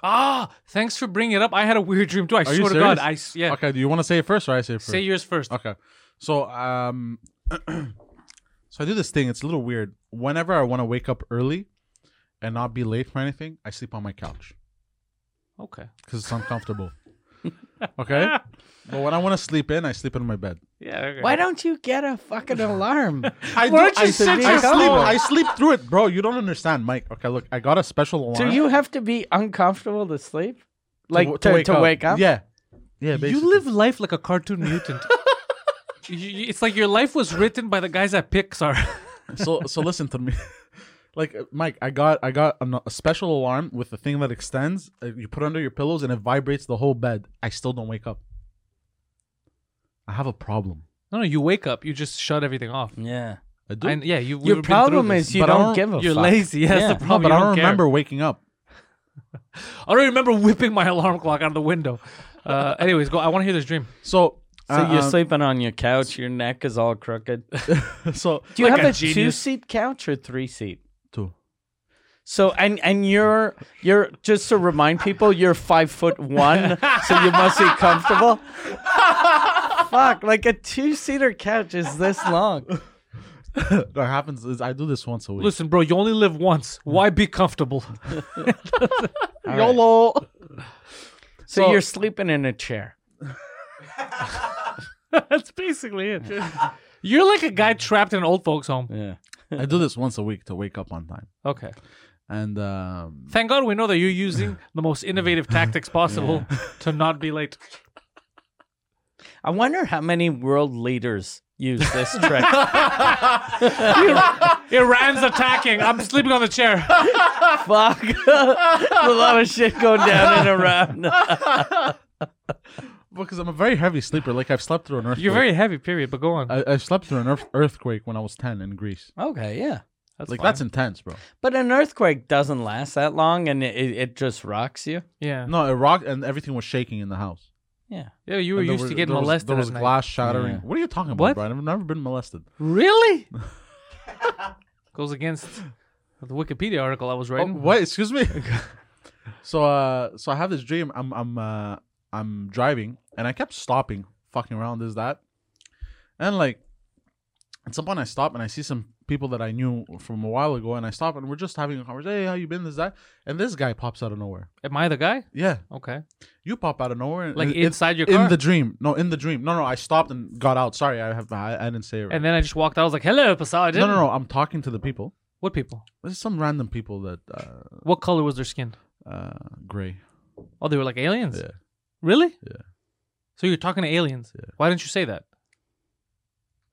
A: Ah, thanks for bringing it up. I had a weird dream too. I
C: Are you
A: swear to God.
C: serious?
A: I s- yeah.
C: Okay. Do you want to say it first, or I say it first?
A: Say yours first.
C: Okay. So um *clears throat* so I do this thing, it's a little weird. Whenever I want to wake up early and not be late for anything, I sleep on my couch
A: Okay.
C: cuz it's uncomfortable. okay? But when I want to sleep in, I sleep in my bed.
A: Yeah. Okay.
B: Why don't you get a fucking
A: *laughs*
B: alarm?
C: I
B: Why don't you
C: I,
B: sit
C: I
B: yourself?
C: sleep I sleep through it, bro. You don't understand, Mike. Okay, look, I got a special alarm.
B: Do you have to be uncomfortable to sleep?
C: to-
B: Like to, to, wake, up.
C: Yeah. Yeah,
A: you
C: basically.
A: live life like a cartoon
C: *laughs*
A: mutant? You- you- it's like your life was written by the guys at Pixar. *laughs*
C: so so listen to me *laughs* like uh, mike i got i got an, a special alarm with a thing that extends uh, you put under your pillows and it vibrates the whole bed i still don't wake up i have a problem
A: no, no. You wake up. You just shut everything off.
B: Yeah.
C: i do
A: And yeah, you. we've
B: Your
A: been through
B: problem
A: this.
B: is you
C: but I
B: don't,
C: don't-
B: give a
A: You're
B: fuck.
A: lazy. *laughs* That's
B: Yeah.
A: the
B: No,
A: problem.
C: but
A: you
C: i don't
A: care.
C: remember waking up
A: I don't remember *laughs* whipping my alarm clock out of the window. Uh, anyways, go. I want to hear this dream.
C: so
B: So
C: uh,
B: you're
A: uh-huh.
C: um,
B: sleeping on your couch. Your neck is all
A: *laughs*
B: crooked. Do
C: *laughs* so
B: you
A: Like
B: have
A: a
B: a,
A: genius.
B: two-seat couch or three-seat?
C: two
B: So and and you're you're just to remind people you're five foot one, so you must be *laughs* comfortable. Fuck, like a two-seater couch is this long.
C: that happens is i do this once a week
A: Listen, bro, you only live once. Why be comfortable? *laughs*
C: yolo
B: So,
C: So-
B: you're sleeping in a chair.
A: That's basically it. *laughs* You're like a guy trapped in an old folks' home.
B: Yeah.
C: i do this once a week to wake up on time
A: Okay.
C: and um
A: Thank God we know that you're using the most innovative
C: *laughs*
A: tactics possible to not be late.
B: I wonder how many world leaders use this *laughs* trick.
A: Iran's attacking. I'm sleeping on the
C: *laughs*
A: chair.
B: Fuck, *laughs* a lot of shit going down and around.
C: because i'm a very heavy sleeper like i've slept through an earthquake
A: You're very heavy, period, but go on.
C: I, I slept through an earth- earthquake when i was 10 in greece
B: Okay, yeah.
A: That's
C: like
A: fine.
C: that's intense bro
B: But an earthquake doesn't last that long, and it, it, it just rocks you.
A: yeah.
C: No, it rocked and everything was shaking in the house.
B: Yeah.
A: Yeah, you were
C: And Uh, there
A: used to getting
C: were- there was-
A: molested
C: There was
A: at night.
C: glass shattering.
B: Yeah.
C: What are you talking about,
A: What?
C: Brian? I've never been molested. *laughs*
A: Really? Goes against the Wikipedia article I was
C: Oh,
A: writing.
C: what? Excuse me. *laughs* so, uh, so I have this dream. I'm, I'm, uh, I'm driving, and I kept stopping, fucking around, this that, and like, at some point I stop and I see some people that I knew from a while ago, and I stop and we're just having a conversation. Hey, how you been? This that, and this guy pops out of nowhere.
A: Am I the guy?
C: Yeah,
A: Okay.
C: you pop out of nowhere, and-
A: Like
C: and-
A: inside your
C: in
A: car?
C: the dream. No, in the dream. No, no. I stopped and got out. Sorry, I have, I, I didn't say it. Right.
A: And then I just walked out. I was like, hello, Poseidon.
C: No, no, no. I'm talking to the people.
A: What people?
C: There's some random people that uh,
A: What color was their skin?
C: uh, gray.
A: Oh, they were like aliens?
C: Yeah.
A: Really?
C: Yeah.
A: So you're talking to aliens.
C: Yeah.
A: Why didn't you say that?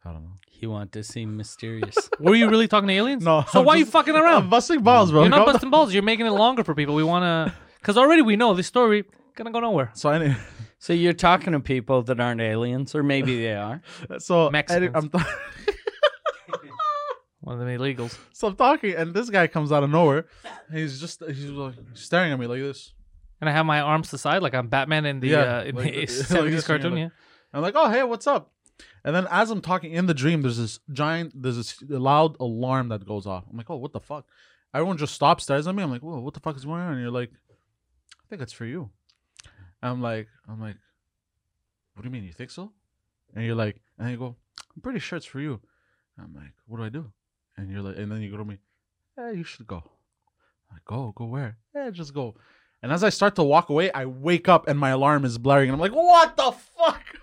C: I don't know.
B: You want to seem mysterious.
A: Were you really talking to aliens?
C: *laughs* No,
A: So
C: I'm
A: why are you
C: just-
A: fucking around?
C: I'm busting balls, bro.
A: you're not
C: Calm
A: busting balls. You're making it longer for people. We want to. Because already we know this story gonna go nowhere.
C: down. So any, *laughs*
B: so you're talking to people that aren't aliens, or maybe they are.
C: so any-
A: Mexicans.
C: I'm ta- *laughs*
A: One of the illegals.
C: so I'm talking, and this guy comes out of nowhere. and He's just he's like staring at me like this.
A: And I have my arms to the side like I'm Batman in the
C: Yeah,
A: uh, in
C: *laughs* like-
A: the
C: like this,
A: 70s
C: you know,
A: cartoon.
C: like-
A: yeah.
C: I'm like, oh hey, what's up? And then as I'm talking in the dream, there's this giant, there's this loud alarm that goes off. I'm like, oh, what the fuck? Everyone just stops, stares at me. I'm like, whoa, what the fuck is going on? And you're like, think it's for you. I'm like, I'm like, what do you mean? You think so? And you're like, and you go, I'm pretty sure it's for you. I'm like, what do I do? And you're like, and then you go to me, eh, you should go. i like, go, go where? Eh, just go. And as I start to walk away, I wake up and my alarm is blaring, and I'm like, what the fuck? *laughs*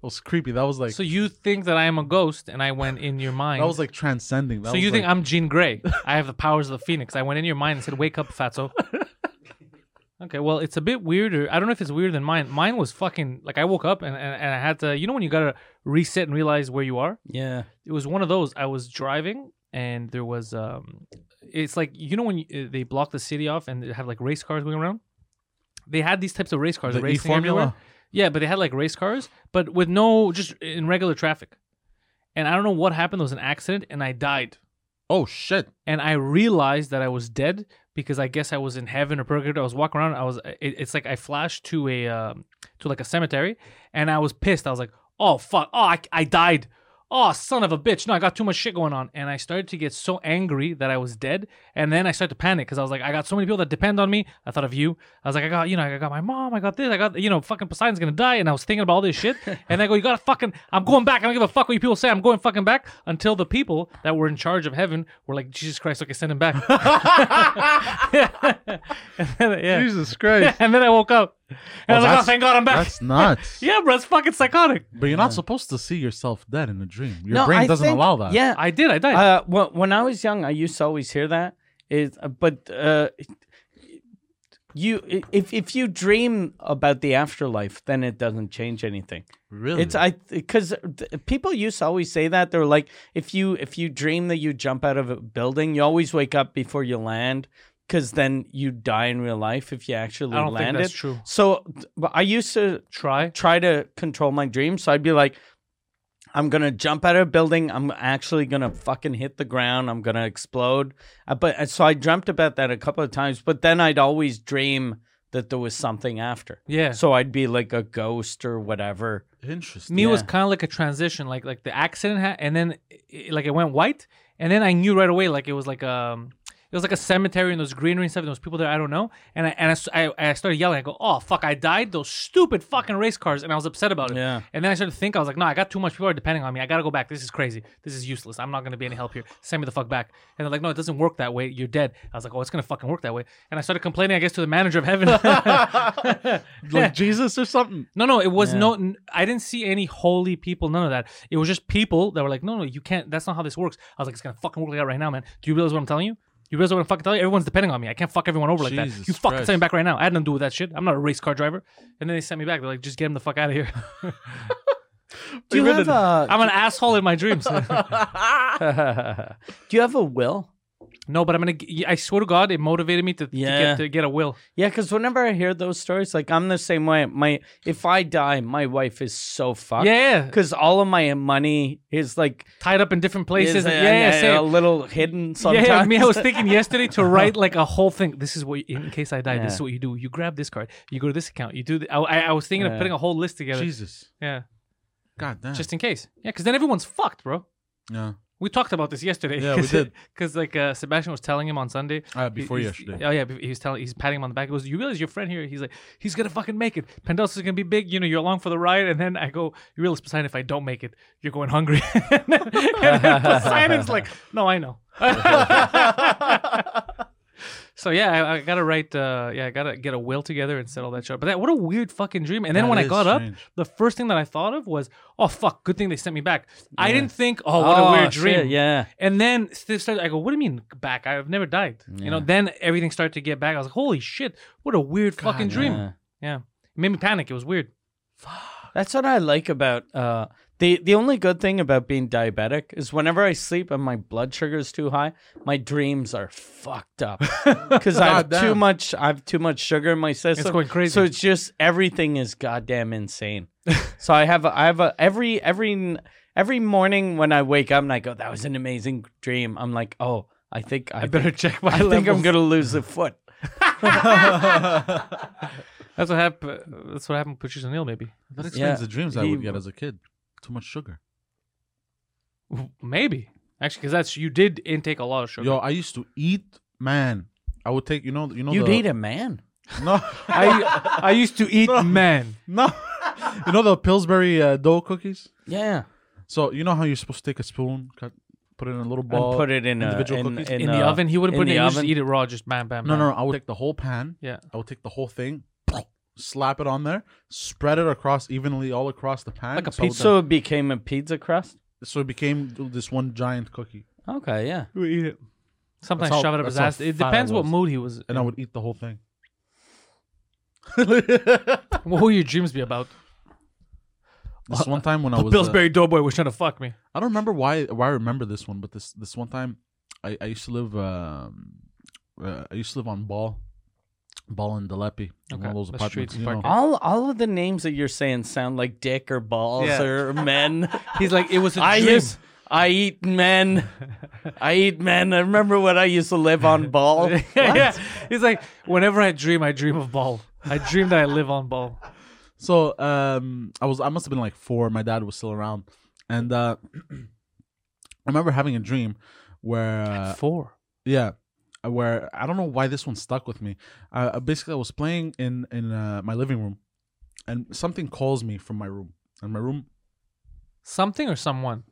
C: It was creepy. That was like,
A: so you think that I am a ghost, and I went in your mind.
C: that was like transcending. That
A: so
C: was
A: you think
C: like-
A: I'm Jean Grey? I have the powers of the phoenix. I went in your mind and said, "Wake up,
C: *laughs*
A: Fatso." okay, well, it's a bit weirder. I don't know if it's weirder than mine. Mine was fucking like I woke up and, and, and I had to. You know when you gotta reset and realize where you are.
B: Yeah.
A: It was one of those. I was driving and there was um, it's like you know when you, they block the city off and they have like race cars going around. They had these types of race cars
C: the E
A: racing everywhere.
C: formula?
A: Yeah, but they had like race cars, but with no just in regular traffic. And I don't know what happened. There was an accident, and I died.
C: Oh shit!
A: And I realized that I was dead because I guess I was in heaven or purgatory. I was walking around. I was. It, it's like I flashed to a um, to like a cemetery, and I was pissed. I was like, "Oh fuck! Oh, I, I died! Oh, son of a bitch! No, I got too much shit going on." And I started to get so angry that I was dead, and then I started to panic because I was like, "I got so many people that depend on me." I thought of you. I was like, "I got you know, I got my mom. I got this. I got you know, fucking Poseidon's gonna die." And I was thinking about all this
C: *laughs*
A: shit, and I go, "You gotta fucking! I'm going back. I don't give a fuck what you people say. I'm going fucking back." Until the people that were in charge of heaven were like, "Jesus Christ! Okay, send him
C: *laughs*
A: back." *laughs* and then, yeah.
C: Jesus Christ!
A: And then I woke up, and I was like, "Oh,
C: that's-
A: thank God, I'm *laughs* back."
C: That's
A: *laughs*
C: nuts.
A: Yeah, bro, it's fucking psychotic.
C: But you're not supposed to see yourself dead in a dream. Your
B: No,
C: brain
B: I
C: doesn't
B: think-
C: allow that.
B: Yeah.
A: I did, I died.
B: Uh, when, when I was young, I used to always hear that. Is but uh, you if if you dream about the afterlife, then it doesn't change anything.
C: really.
A: uh,
B: It's I because people used to always say that they're like if you if you dream that you jump out of a building, you always wake up before you land because then you die in real life if you actually
A: I don't think
B: landed.
A: that's true.
B: So but I used to
A: Try.
B: try to control my dreams. So I'd be like, I'm gonna jump out of a building. I'm actually gonna fucking hit the ground. I'm gonna explode. Uh, but uh, so I dreamt about that a couple of times. But then I'd always dream that there was something after.
A: Yeah.
B: So I'd be like a ghost
A: *laughs*
B: or whatever.
C: interesting.
A: me was
B: Yeah.
A: kind of like a transition, like like the accident, ha- and then it, like it went white, and then I knew right away, like it was like um, it was like a cemetery and those greenery and stuff, and there was people there I don't know, and I and I s- I, I started yelling, I go, oh fuck, I died those stupid fucking race cars, and I was upset about it,
B: Yeah.
A: and then I started to think, I was like, no, I got too much people are depending on me, I gotta go back, this is crazy, this is useless, I'm not gonna be any help here, send me the fuck back, and they're like, no, it doesn't work that way, you're dead, I was like, oh, it's gonna fucking work that way, and I started complaining, I guess, to the manager of
B: *laughs*
A: heaven. *laughs*
C: like Jesus or something.
A: No, no, it was
B: Yeah.
A: no. n- I didn't see any holy people. None of that. It was just people that were like, no, no, you can't. That's not how this works. I was like, it's gonna fucking work like that right now, man. Do you realize what I'm telling you? You realize what I'm fucking telling you? Everyone's depending on me. I can't fuck everyone over like that.
C: Jesus
A: You fucking send me
C: Christ.
A: back right now. I had nothing to do with that shit. I'm not a race car driver. And then they sent me back. They're like, just get him the fuck out of here.
B: Do you have a
A: I'm an asshole in my dreams. *laughs*
B: Do you have a will?
A: no, but I'm gonna. g- I swear to God, it motivated me to, to
B: Yeah.
A: get to get a will.
B: Yeah, because whenever I hear those stories, like I'm the same way. My if I die, my wife is so fucked.
A: Yeah,
B: Because all of my money is like
A: tied up in different places.
B: is, uh,
A: and- yeah,
B: and,
A: same.
B: uh, a little hidden sometimes. *laughs*
A: Yeah, me. I was thinking yesterday to write like a whole thing. This is what, in case I die, this is
B: Yeah.
A: what you do. You grab this card. You go to this account. You do. The, I, I, I was thinking of
B: Yeah.
A: putting a whole list together.
C: Jesus.
A: Yeah,
C: God damn.
A: just in case. Yeah, because then everyone's fucked, bro.
C: yeah.
A: We talked about this yesterday. *laughs*
C: Yeah, we did.
A: Because like uh, Sebastian was telling him on Sunday.
C: Uh, before
A: he's-
C: yesterday.
A: Oh yeah, be- he was telling. He's patting him on the back. He goes, "You realize your friend here? He's like, he's gonna fucking make it. Pendos is gonna be big. You know, you're along for the ride." And then I go, "You realize Poseidon? If I don't make it, you're going hungry." *laughs* and then Poseidon's like, "No, I know." *laughs* so yeah, I, I gotta write. Uh, yeah, I gotta get a will together and set all that shit. up. But that what a weird fucking dream. And then
C: That
A: when I
C: is
A: got up,
C: strange.
A: the first thing that I thought of was, "Oh fuck, good thing they sent me back." I didn't think, "Oh,
B: Oh,
A: what a weird dream."
B: shit, yeah.
A: And then st- started, I go, what do you mean back? I've never died. You know, then everything started to get back. I was like, holy shit, what a weird fucking dream. Yeah.
B: yeah.
A: It made me panic. It was weird.
B: That's what I like about uh the the only good thing about being diabetic is whenever I sleep and my blood sugar is too high, my dreams are
A: *laughs*
B: fucked up because I have
C: Goddamn.
B: too much. I have too much sugar in my system.
A: going crazy.
B: So it's just everything is goddamn insane.
A: *laughs*
B: so I have a, I have a every every every morning when I wake up and I go, that was an amazing dream. I'm like, oh, I think I,
A: I better check my
B: I think I'm
A: levels.
B: gonna lose a foot.
A: That's what happened. That's what happened with Patrice O'Neill, maybe.
C: That explains
B: Yeah.
C: the dreams I
B: He-
C: would get as a kid. Too much sugar.
A: Maybe. Actually, because that's, you did intake a lot of sugar.
C: Yo, I used to eat. Man, I would take. You know. You know.
B: You
C: the,
B: need a man.
C: No, *laughs*
A: *laughs* I I used to eat man.
C: no. You know the Pillsbury uh, dough cookies?
B: Yeah.
C: So you know how you're supposed to take a spoon, cut, put it in a little
B: And
C: ball,
B: put it in a,
C: individual
B: in,
C: cookies?
A: In the
B: a-
A: oven, he wouldn't
B: in
A: put it
B: the
A: in. He used to
B: oven?
A: eat it raw, just bam, bam.
C: No,
A: bam.
C: no, no. I would take the whole pan.
A: Yeah.
C: I would take the whole thing, slap it on there, spread it across evenly all across the pan.
A: Like a
C: so it-
A: pizza.
B: So it became a pizza crust.
C: so it became this one giant cookie,
B: Okay, yeah.
A: Sometimes
C: That's how-
A: shove it up his
C: that's how
A: ass. It
C: fat I
A: depends what
C: was.
A: mood he was.
C: and I would eat the whole
A: *laughs*
C: thing.
A: What would your dreams be about?
C: This one time when I was, uh,
A: Pillsbury Doughboy was trying to fuck me.
C: I don't remember why why I remember this one, but this this one time, I, I used to live um, uh, I used to live on Ball, Ball and Dalepi, in one
A: Okay,
C: of those
A: the streets
C: apartments.
A: in
C: You know.
A: Parkhead.
B: All all of the names that you're saying sound like dick or balls
A: Yeah. *laughs*
B: or men.
A: He's like, it was a
B: I
A: dream.
B: used I eat men. I eat men. I remember when I used to live on
A: *laughs*
B: ball.
A: yeah, yeah. He's like, whenever I dream, I dream of ball. I dream that I live on ball.
C: So um, I was I must have been like four. My dad was still around, and uh, *clears throat* I remember having a dream where uh,
A: Four.
C: yeah, uh, where I don't know why this one stuck with me. Uh, uh, basically, I was playing in in uh, my living room, and something calls me from my room. And my room,
A: Something or someone.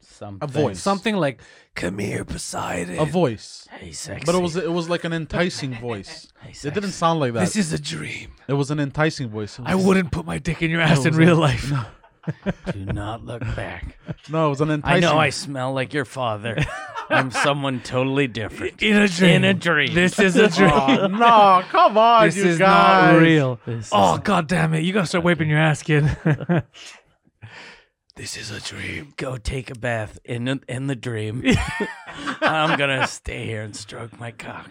B: Something.
C: a voice,
A: Something like, come here, Poseidon.
C: a voice.
B: Hey, sexy.
C: But it was it was like an
A: *laughs*
C: enticing voice.
B: Hey,
C: It
B: sexy.
C: didn't sound like that.
A: This is a dream.
C: it was an enticing voice. It
A: I
C: *laughs* was-
A: wouldn't put my dick in your ass in
C: was
A: real
C: it?
A: life.
B: Do not look back.
C: No, it was an enticing.
B: I know I smell like your father. I'm someone totally different.
A: In a dream.
B: In a dream.
A: This is
C: *laughs*
A: a dream.
C: Oh, no, come on,
A: this
C: you
A: is
C: guys.
A: not real.
B: This
A: *laughs* oh
B: is-
A: god damn it! You gotta start wiping your ass, kid. *laughs* this is a dream.
B: Go take a bath in a, in the dream. *laughs* I'm gonna stay here and stroke my *laughs* cock.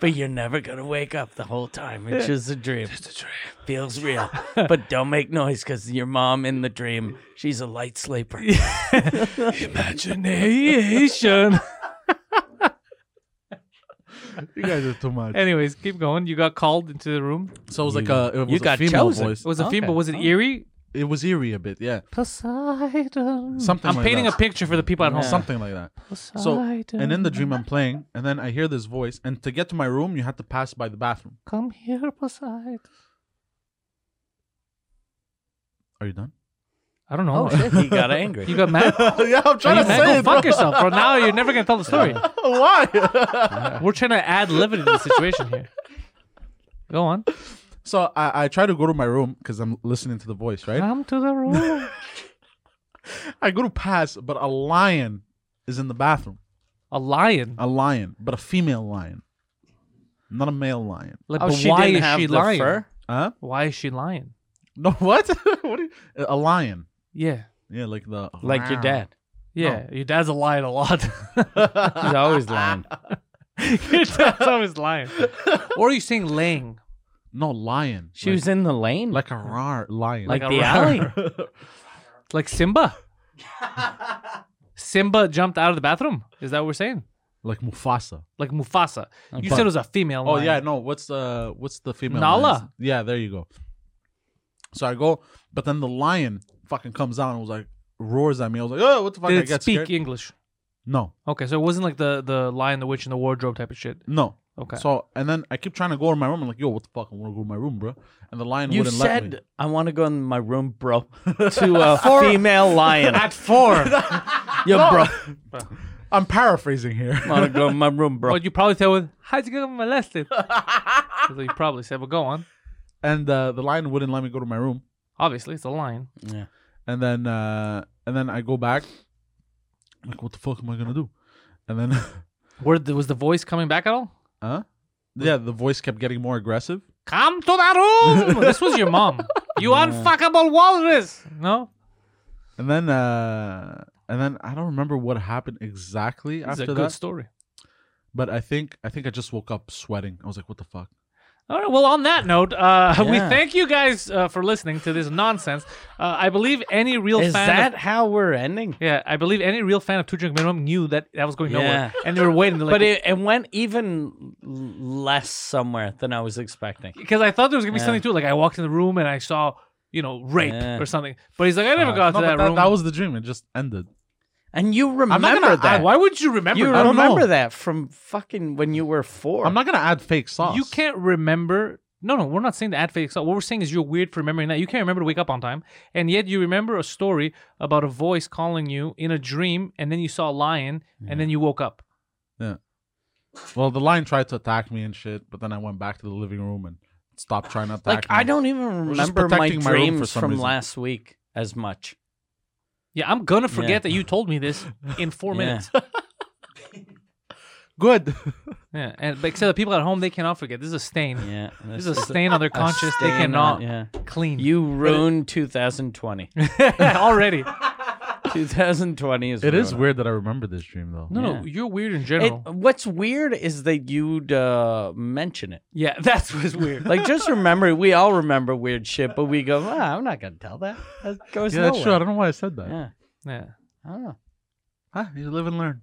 B: but you're never gonna wake up the whole time. It's just a dream. It's a dream. Feels *laughs* real, but don't make noise because your mom in the dream, she's a light sleeper.
A: Imagination. *laughs*
C: You guys are too much.
A: Anyways, keep going. You got called into the room.
C: So it was like a it was
B: You
C: a
B: got
C: female
B: chosen.
C: voice. Oh.
A: It was a
B: Okay.
A: female. Was it eerie?
C: It was eerie a bit, yeah.
A: Poseidon.
C: Something.
A: I'm
C: like
A: painting
C: that.
A: a picture for the people at home.
C: Something like that. So, and in the dream I'm playing, and then I hear this voice, and to get to my room, you had to pass by the bathroom.
A: come here, Poseidon.
C: Are you done?
A: I don't know.
B: Oh, he got angry.
A: *laughs* you got
B: *laughs*
A: mad?
C: yeah,
A: Are
C: I'm trying
A: you mad? Go fuck yourself, bro. Now you're never gonna tell the
B: *laughs*
A: story.
C: Why?
A: We're trying to add levity to the situation here. Go on.
C: *laughs* so I, I try to go to my room because I'm listening to the voice, right?
A: Come to the room.
C: I go to pass, but a lion is in the bathroom.
A: *laughs* A lion.
B: Oh,
C: A lion, but a female lion, not a male lion.
A: Like,
B: Oh,
A: but
B: she
A: why
B: didn't
A: is
B: have
A: she
B: the
A: lying?
B: fur?
C: Huh?
A: Why is she lying?
C: *laughs* No, what? *laughs* what? Are you, a lion.
A: Yeah.
C: Yeah, like the
B: Like your dad.
A: Yeah. Your dad's a lying a lot.
B: Oh. *laughs* He's always lying.
A: *laughs* your dad's always lying. Or are you saying laying?
C: No lion.
B: She
C: like,
B: was in the lane, like,
C: like a rar lion.
A: like
B: the
A: a-
B: alley.
A: Like
B: *laughs*
A: Simba? Simba jumped out of the bathroom? Is that what we're saying?
C: like Mufasa.
A: Like Mufasa. You said it was a female
C: Oh
A: lion.
C: yeah, no. What's the what's the female?
A: Nala.
C: lion's- Yeah, there you go. So I go, but then the lion fucking comes out and was like roars at me. I was like, oh, what the fuck? I
A: Did it
C: got
A: speak
C: scared.
A: English?
C: No,
A: Okay, so it wasn't like the, the lion, the witch, and the wardrobe type of shit.
C: no.
A: Okay.
C: So and then I keep trying to go to my room. I'm like, yo, what the fuck? I want to go to my room, bro. And the lion
B: You
C: wouldn't
A: *laughs*
C: let me.
B: said I want to go in my room, *laughs* bro, to a female *laughs* lion.
A: At
C: *laughs*
A: four.
B: Yo, bro,
A: *laughs*
C: I'm paraphrasing here. *laughs*
B: I want to go in my room, bro.
A: what you probably said was, How'd you get
C: *laughs*
A: molested? That's what you probably said, but go on.
C: and uh, the lion wouldn't let me go to my room.
A: Obviously, it's a lion.
C: and then uh and then I go back. I'm like, what the fuck am I gonna do? And then, *laughs*
A: Where the, was the voice coming back at all?
C: huh? Yeah, the voice kept getting more aggressive.
A: Come to the room. *laughs* this was your
C: *laughs*
A: mom. You unfuckable walrus. No,
C: And then, uh and then I don't remember what happened exactly
A: it's a
C: after
A: good
C: that.
A: story.
C: But I think I think I just woke up sweating. I was like, what the fuck?
A: All right. Well, on that note, uh, *laughs* we
B: Yeah.
A: thank you guys uh, for listening to this nonsense. Uh, I believe any real
B: Is
A: fan.
B: that
A: Of-
B: how we're ending?
A: yeah, I believe any real fan of Two Drink Minimum knew that that was going
B: Yeah.
A: nowhere, and they were waiting. Like,
B: But
A: *laughs*
B: it, it went even l- less somewhere than I was expecting.
A: because I thought there was gonna be
B: Yeah.
A: something to it. Like I walked in the room and I saw, you know, rape
B: Yeah. Uh,
A: or something. But he's like, I never got
C: No,
A: to
C: but
A: that,
C: that,
A: room.
C: that was the dream. It just ended.
B: And you remember
C: I'm not gonna.
B: that.
C: add-
A: Why would you remember?
B: you
A: that?
C: I don't
B: remember
C: know.
B: that from fucking when you were four.
C: I'm not gonna add fake sauce.
A: You can't remember. No, no, we're not saying the ad fake. What we're saying is you're weird for remembering that. You can't remember to wake up on time, and yet you remember a story about a voice calling you in a dream, and then you saw a lion, and then you woke up.
C: Well, the lion tried to attack me and shit, but then I went back to the living room and stopped trying to attack.
B: like
C: me.
B: I don't even
C: was just
B: remember my
C: protecting my room for
B: dreams
C: some
B: from
C: reason.
B: last week as much.
A: Yeah, I'm gonna forget
B: Yeah.
A: that you told me this in four
B: *laughs* Yeah.
A: minutes.
C: Good. *laughs*
A: Yeah, and but except the people at home, they cannot forget. This is a stain.
C: *laughs*
B: Yeah,
A: This is a stain
B: *laughs*
A: on their conscious. They
B: stain
A: cannot
B: on it, Yeah,
A: clean
C: *laughs*
B: you ruined 2020.
A: *laughs* already.
B: 2020 is
C: It is
B: ruined.
C: weird that I remember this dream though.
A: No,
B: Yeah.
A: no, you're weird in
B: It,
A: general.
B: what's weird is that you'd uh, mention it. *laughs*
A: yeah, that's what's weird.
B: Like, just remember, we all remember weird shit, but we go, ah, I'm not gonna tell that. That goes
C: Yeah, that's true. I
B: nowhere.
C: don't know why I said that.
B: Yeah,
A: *laughs* yeah.
B: I don't know.
C: Huh, you live and learn.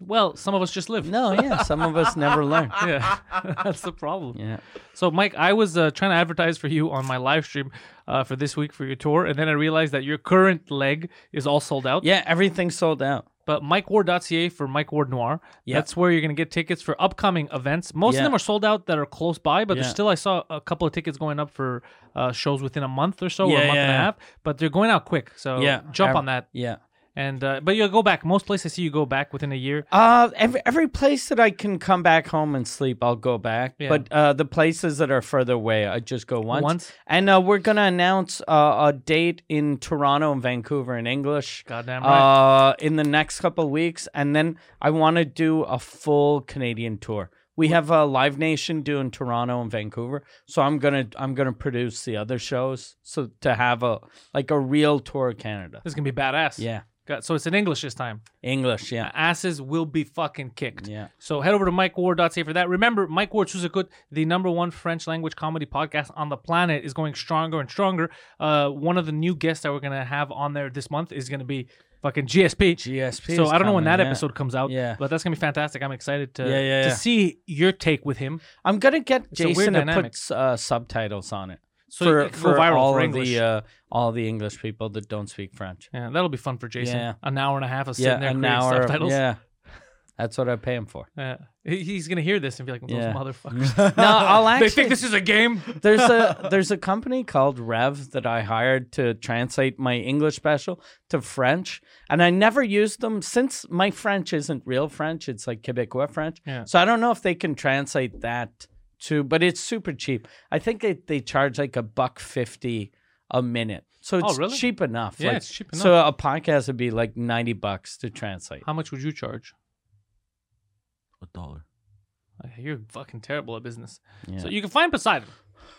A: Well, some of us just live.
B: No, yeah, some of us never learn. *laughs*
A: Yeah, *laughs* that's the problem.
B: Yeah,
A: So, Mike, I was uh, trying to advertise for you on my live stream uh, for this week for your tour, and then I realized that your current leg is all sold out.
B: yeah, everything's sold out.
A: But MikeWard.ca for Mike Ward Noir.
B: Yeah.
A: That's where you're going to get tickets for upcoming events. Most
B: Yeah.
A: of them are sold out that are close by, but
B: Yeah.
A: there's still, I saw a couple of tickets going up for uh, shows within a month or so, or
B: Yeah,
A: a month and a
B: yeah.
A: half. But they're going out quick. So
B: Yeah.
A: jump
B: Ev-
A: on that.
B: Yeah.
A: And uh, But you'll go back. Most places I see you go back within a year.
B: Uh, every every place that I can come back home and sleep, I'll go back.
A: Yeah.
B: But uh, the places that are further away, I just go once.
A: Once?
B: and uh, we're gonna announce uh, a date in Toronto and Vancouver in English.
A: Goddamn right.
B: Uh, in the next couple weeks, and then I want to do a full Canadian tour. We have a uh, Live Nation doing Toronto and Vancouver, so I'm gonna I'm gonna produce the other shows, so to have a like a real tour of Canada.
A: this is going to be badass.
B: Yeah,
A: Got, so it's in English this time.
B: English. Yeah,
A: Asses will be fucking kicked.
B: yeah.
A: So head over to MikeWard.ca for that. Remember, Mike Ward Suzakut, the number one French language comedy podcast on the planet, is going stronger and stronger. Uh, one of the new guests that we're gonna have on there this month is gonna be fucking GSP.
B: GSP.
A: so
B: is
A: I don't know when
B: coming,
A: that
B: yeah.
A: episode comes out.
B: Yeah.
A: But that's gonna be fantastic. I'm excited to
B: Yeah, yeah,
A: to
B: yeah.
A: see your take with him.
B: I'm gonna get
A: a weird
B: Jason to
A: dynamic.
B: put uh, subtitles on it
A: So
B: for,
A: it could go
B: for
A: viral
B: all
A: for
B: of
A: English.
B: the uh, all the English people that don't speak French.
A: yeah, that'll be fun for Jason.
B: Yeah.
A: An hour and a half of sitting
B: Yeah,
A: there
B: an
A: creating
B: hour.
A: subtitles.
B: *laughs* Yeah, that's what I pay him *laughs* for.
A: Yeah. He- he's gonna hear this and be like, "Those
B: Yeah. *laughs*
A: motherfuckers."
B: No, I'll actually.
A: they think this is a game.
B: there's
A: *laughs*
B: a there's a company called Rev that I hired to translate my English special to French, and I never used them since my French isn't real French; it's like Quebecois French.
A: Yeah.
B: So I don't know if they can translate that to, but it's super cheap. I think they, they charge like a buck fifty a minute, so it's
A: Oh, really?
B: cheap enough.
A: Yeah,
B: like-
A: it's cheap
B: So a podcast would be like ninety bucks to translate.
A: How much would you charge?
C: A dollar.
A: Okay, You're fucking terrible at business. So
B: Yeah.
A: you can find Poseidon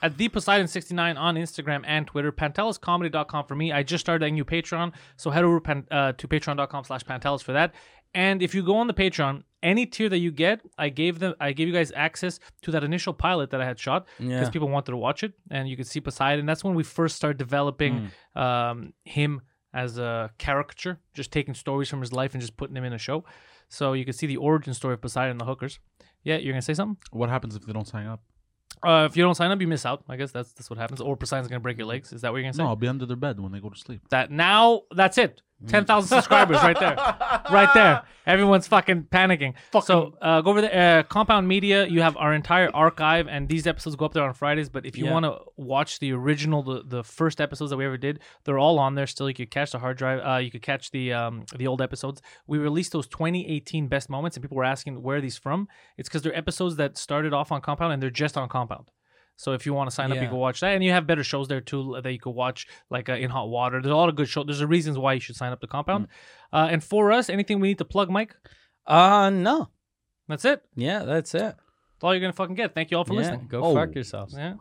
A: at the Poseidon69 on Instagram and Twitter. Panteliscomedy.com for me. I just started a new Patreon, so head over pan, uh, to patreon.com slash Pantelis for that. And if you go on the Patreon, any tier that you get, I gave them I gave you guys access to that initial pilot that I had shot because
B: Yeah.
A: people wanted to watch it and you could see Poseidon. That's when we first started developing um, him as a caricature, just taking stories from his life and just putting them in a show. So you could see the origin story of Poseidon and the hookers. Yeah, you're gonna say something?
C: What happens if they don't sign up?
A: Uh, if you don't sign up, you miss out. I guess that's that's what happens. Or Poseidon's gonna break your legs. Is that what you're gonna say?
C: No, I'll be under their bed when they go to sleep.
A: That now that's it. Ten thousand subscribers right there, right there. Everyone's fucking panicking. So uh, go over there. Uh, Compound Media. You have our entire archive, and these episodes go up there on Fridays. But if you
B: Yeah.
A: want to watch the original, the, the first episodes that we ever did, they're all on there. Still, you could catch the hard drive. Uh, you could catch the um, the old episodes. We released those 2018 best moments, and people were asking where are these from. It's because they're episodes that started off on Compound, and they're just on Compound. So if you want to sign up, you
B: Yeah.
A: can watch that, and you have better shows there too that you could watch, like uh, In Hot Water. There's a lot of good shows. There's a reasons why you should sign up to
B: Mm.
A: Compound. Uh, and for us, anything we need to plug, Mike.
B: Uh no,
A: That's it.
B: yeah, that's it.
A: That's all you're gonna fucking get. Thank you all for
B: yeah,
A: listening.
B: go
C: Oh.
B: fuck yourselves.
A: Yeah.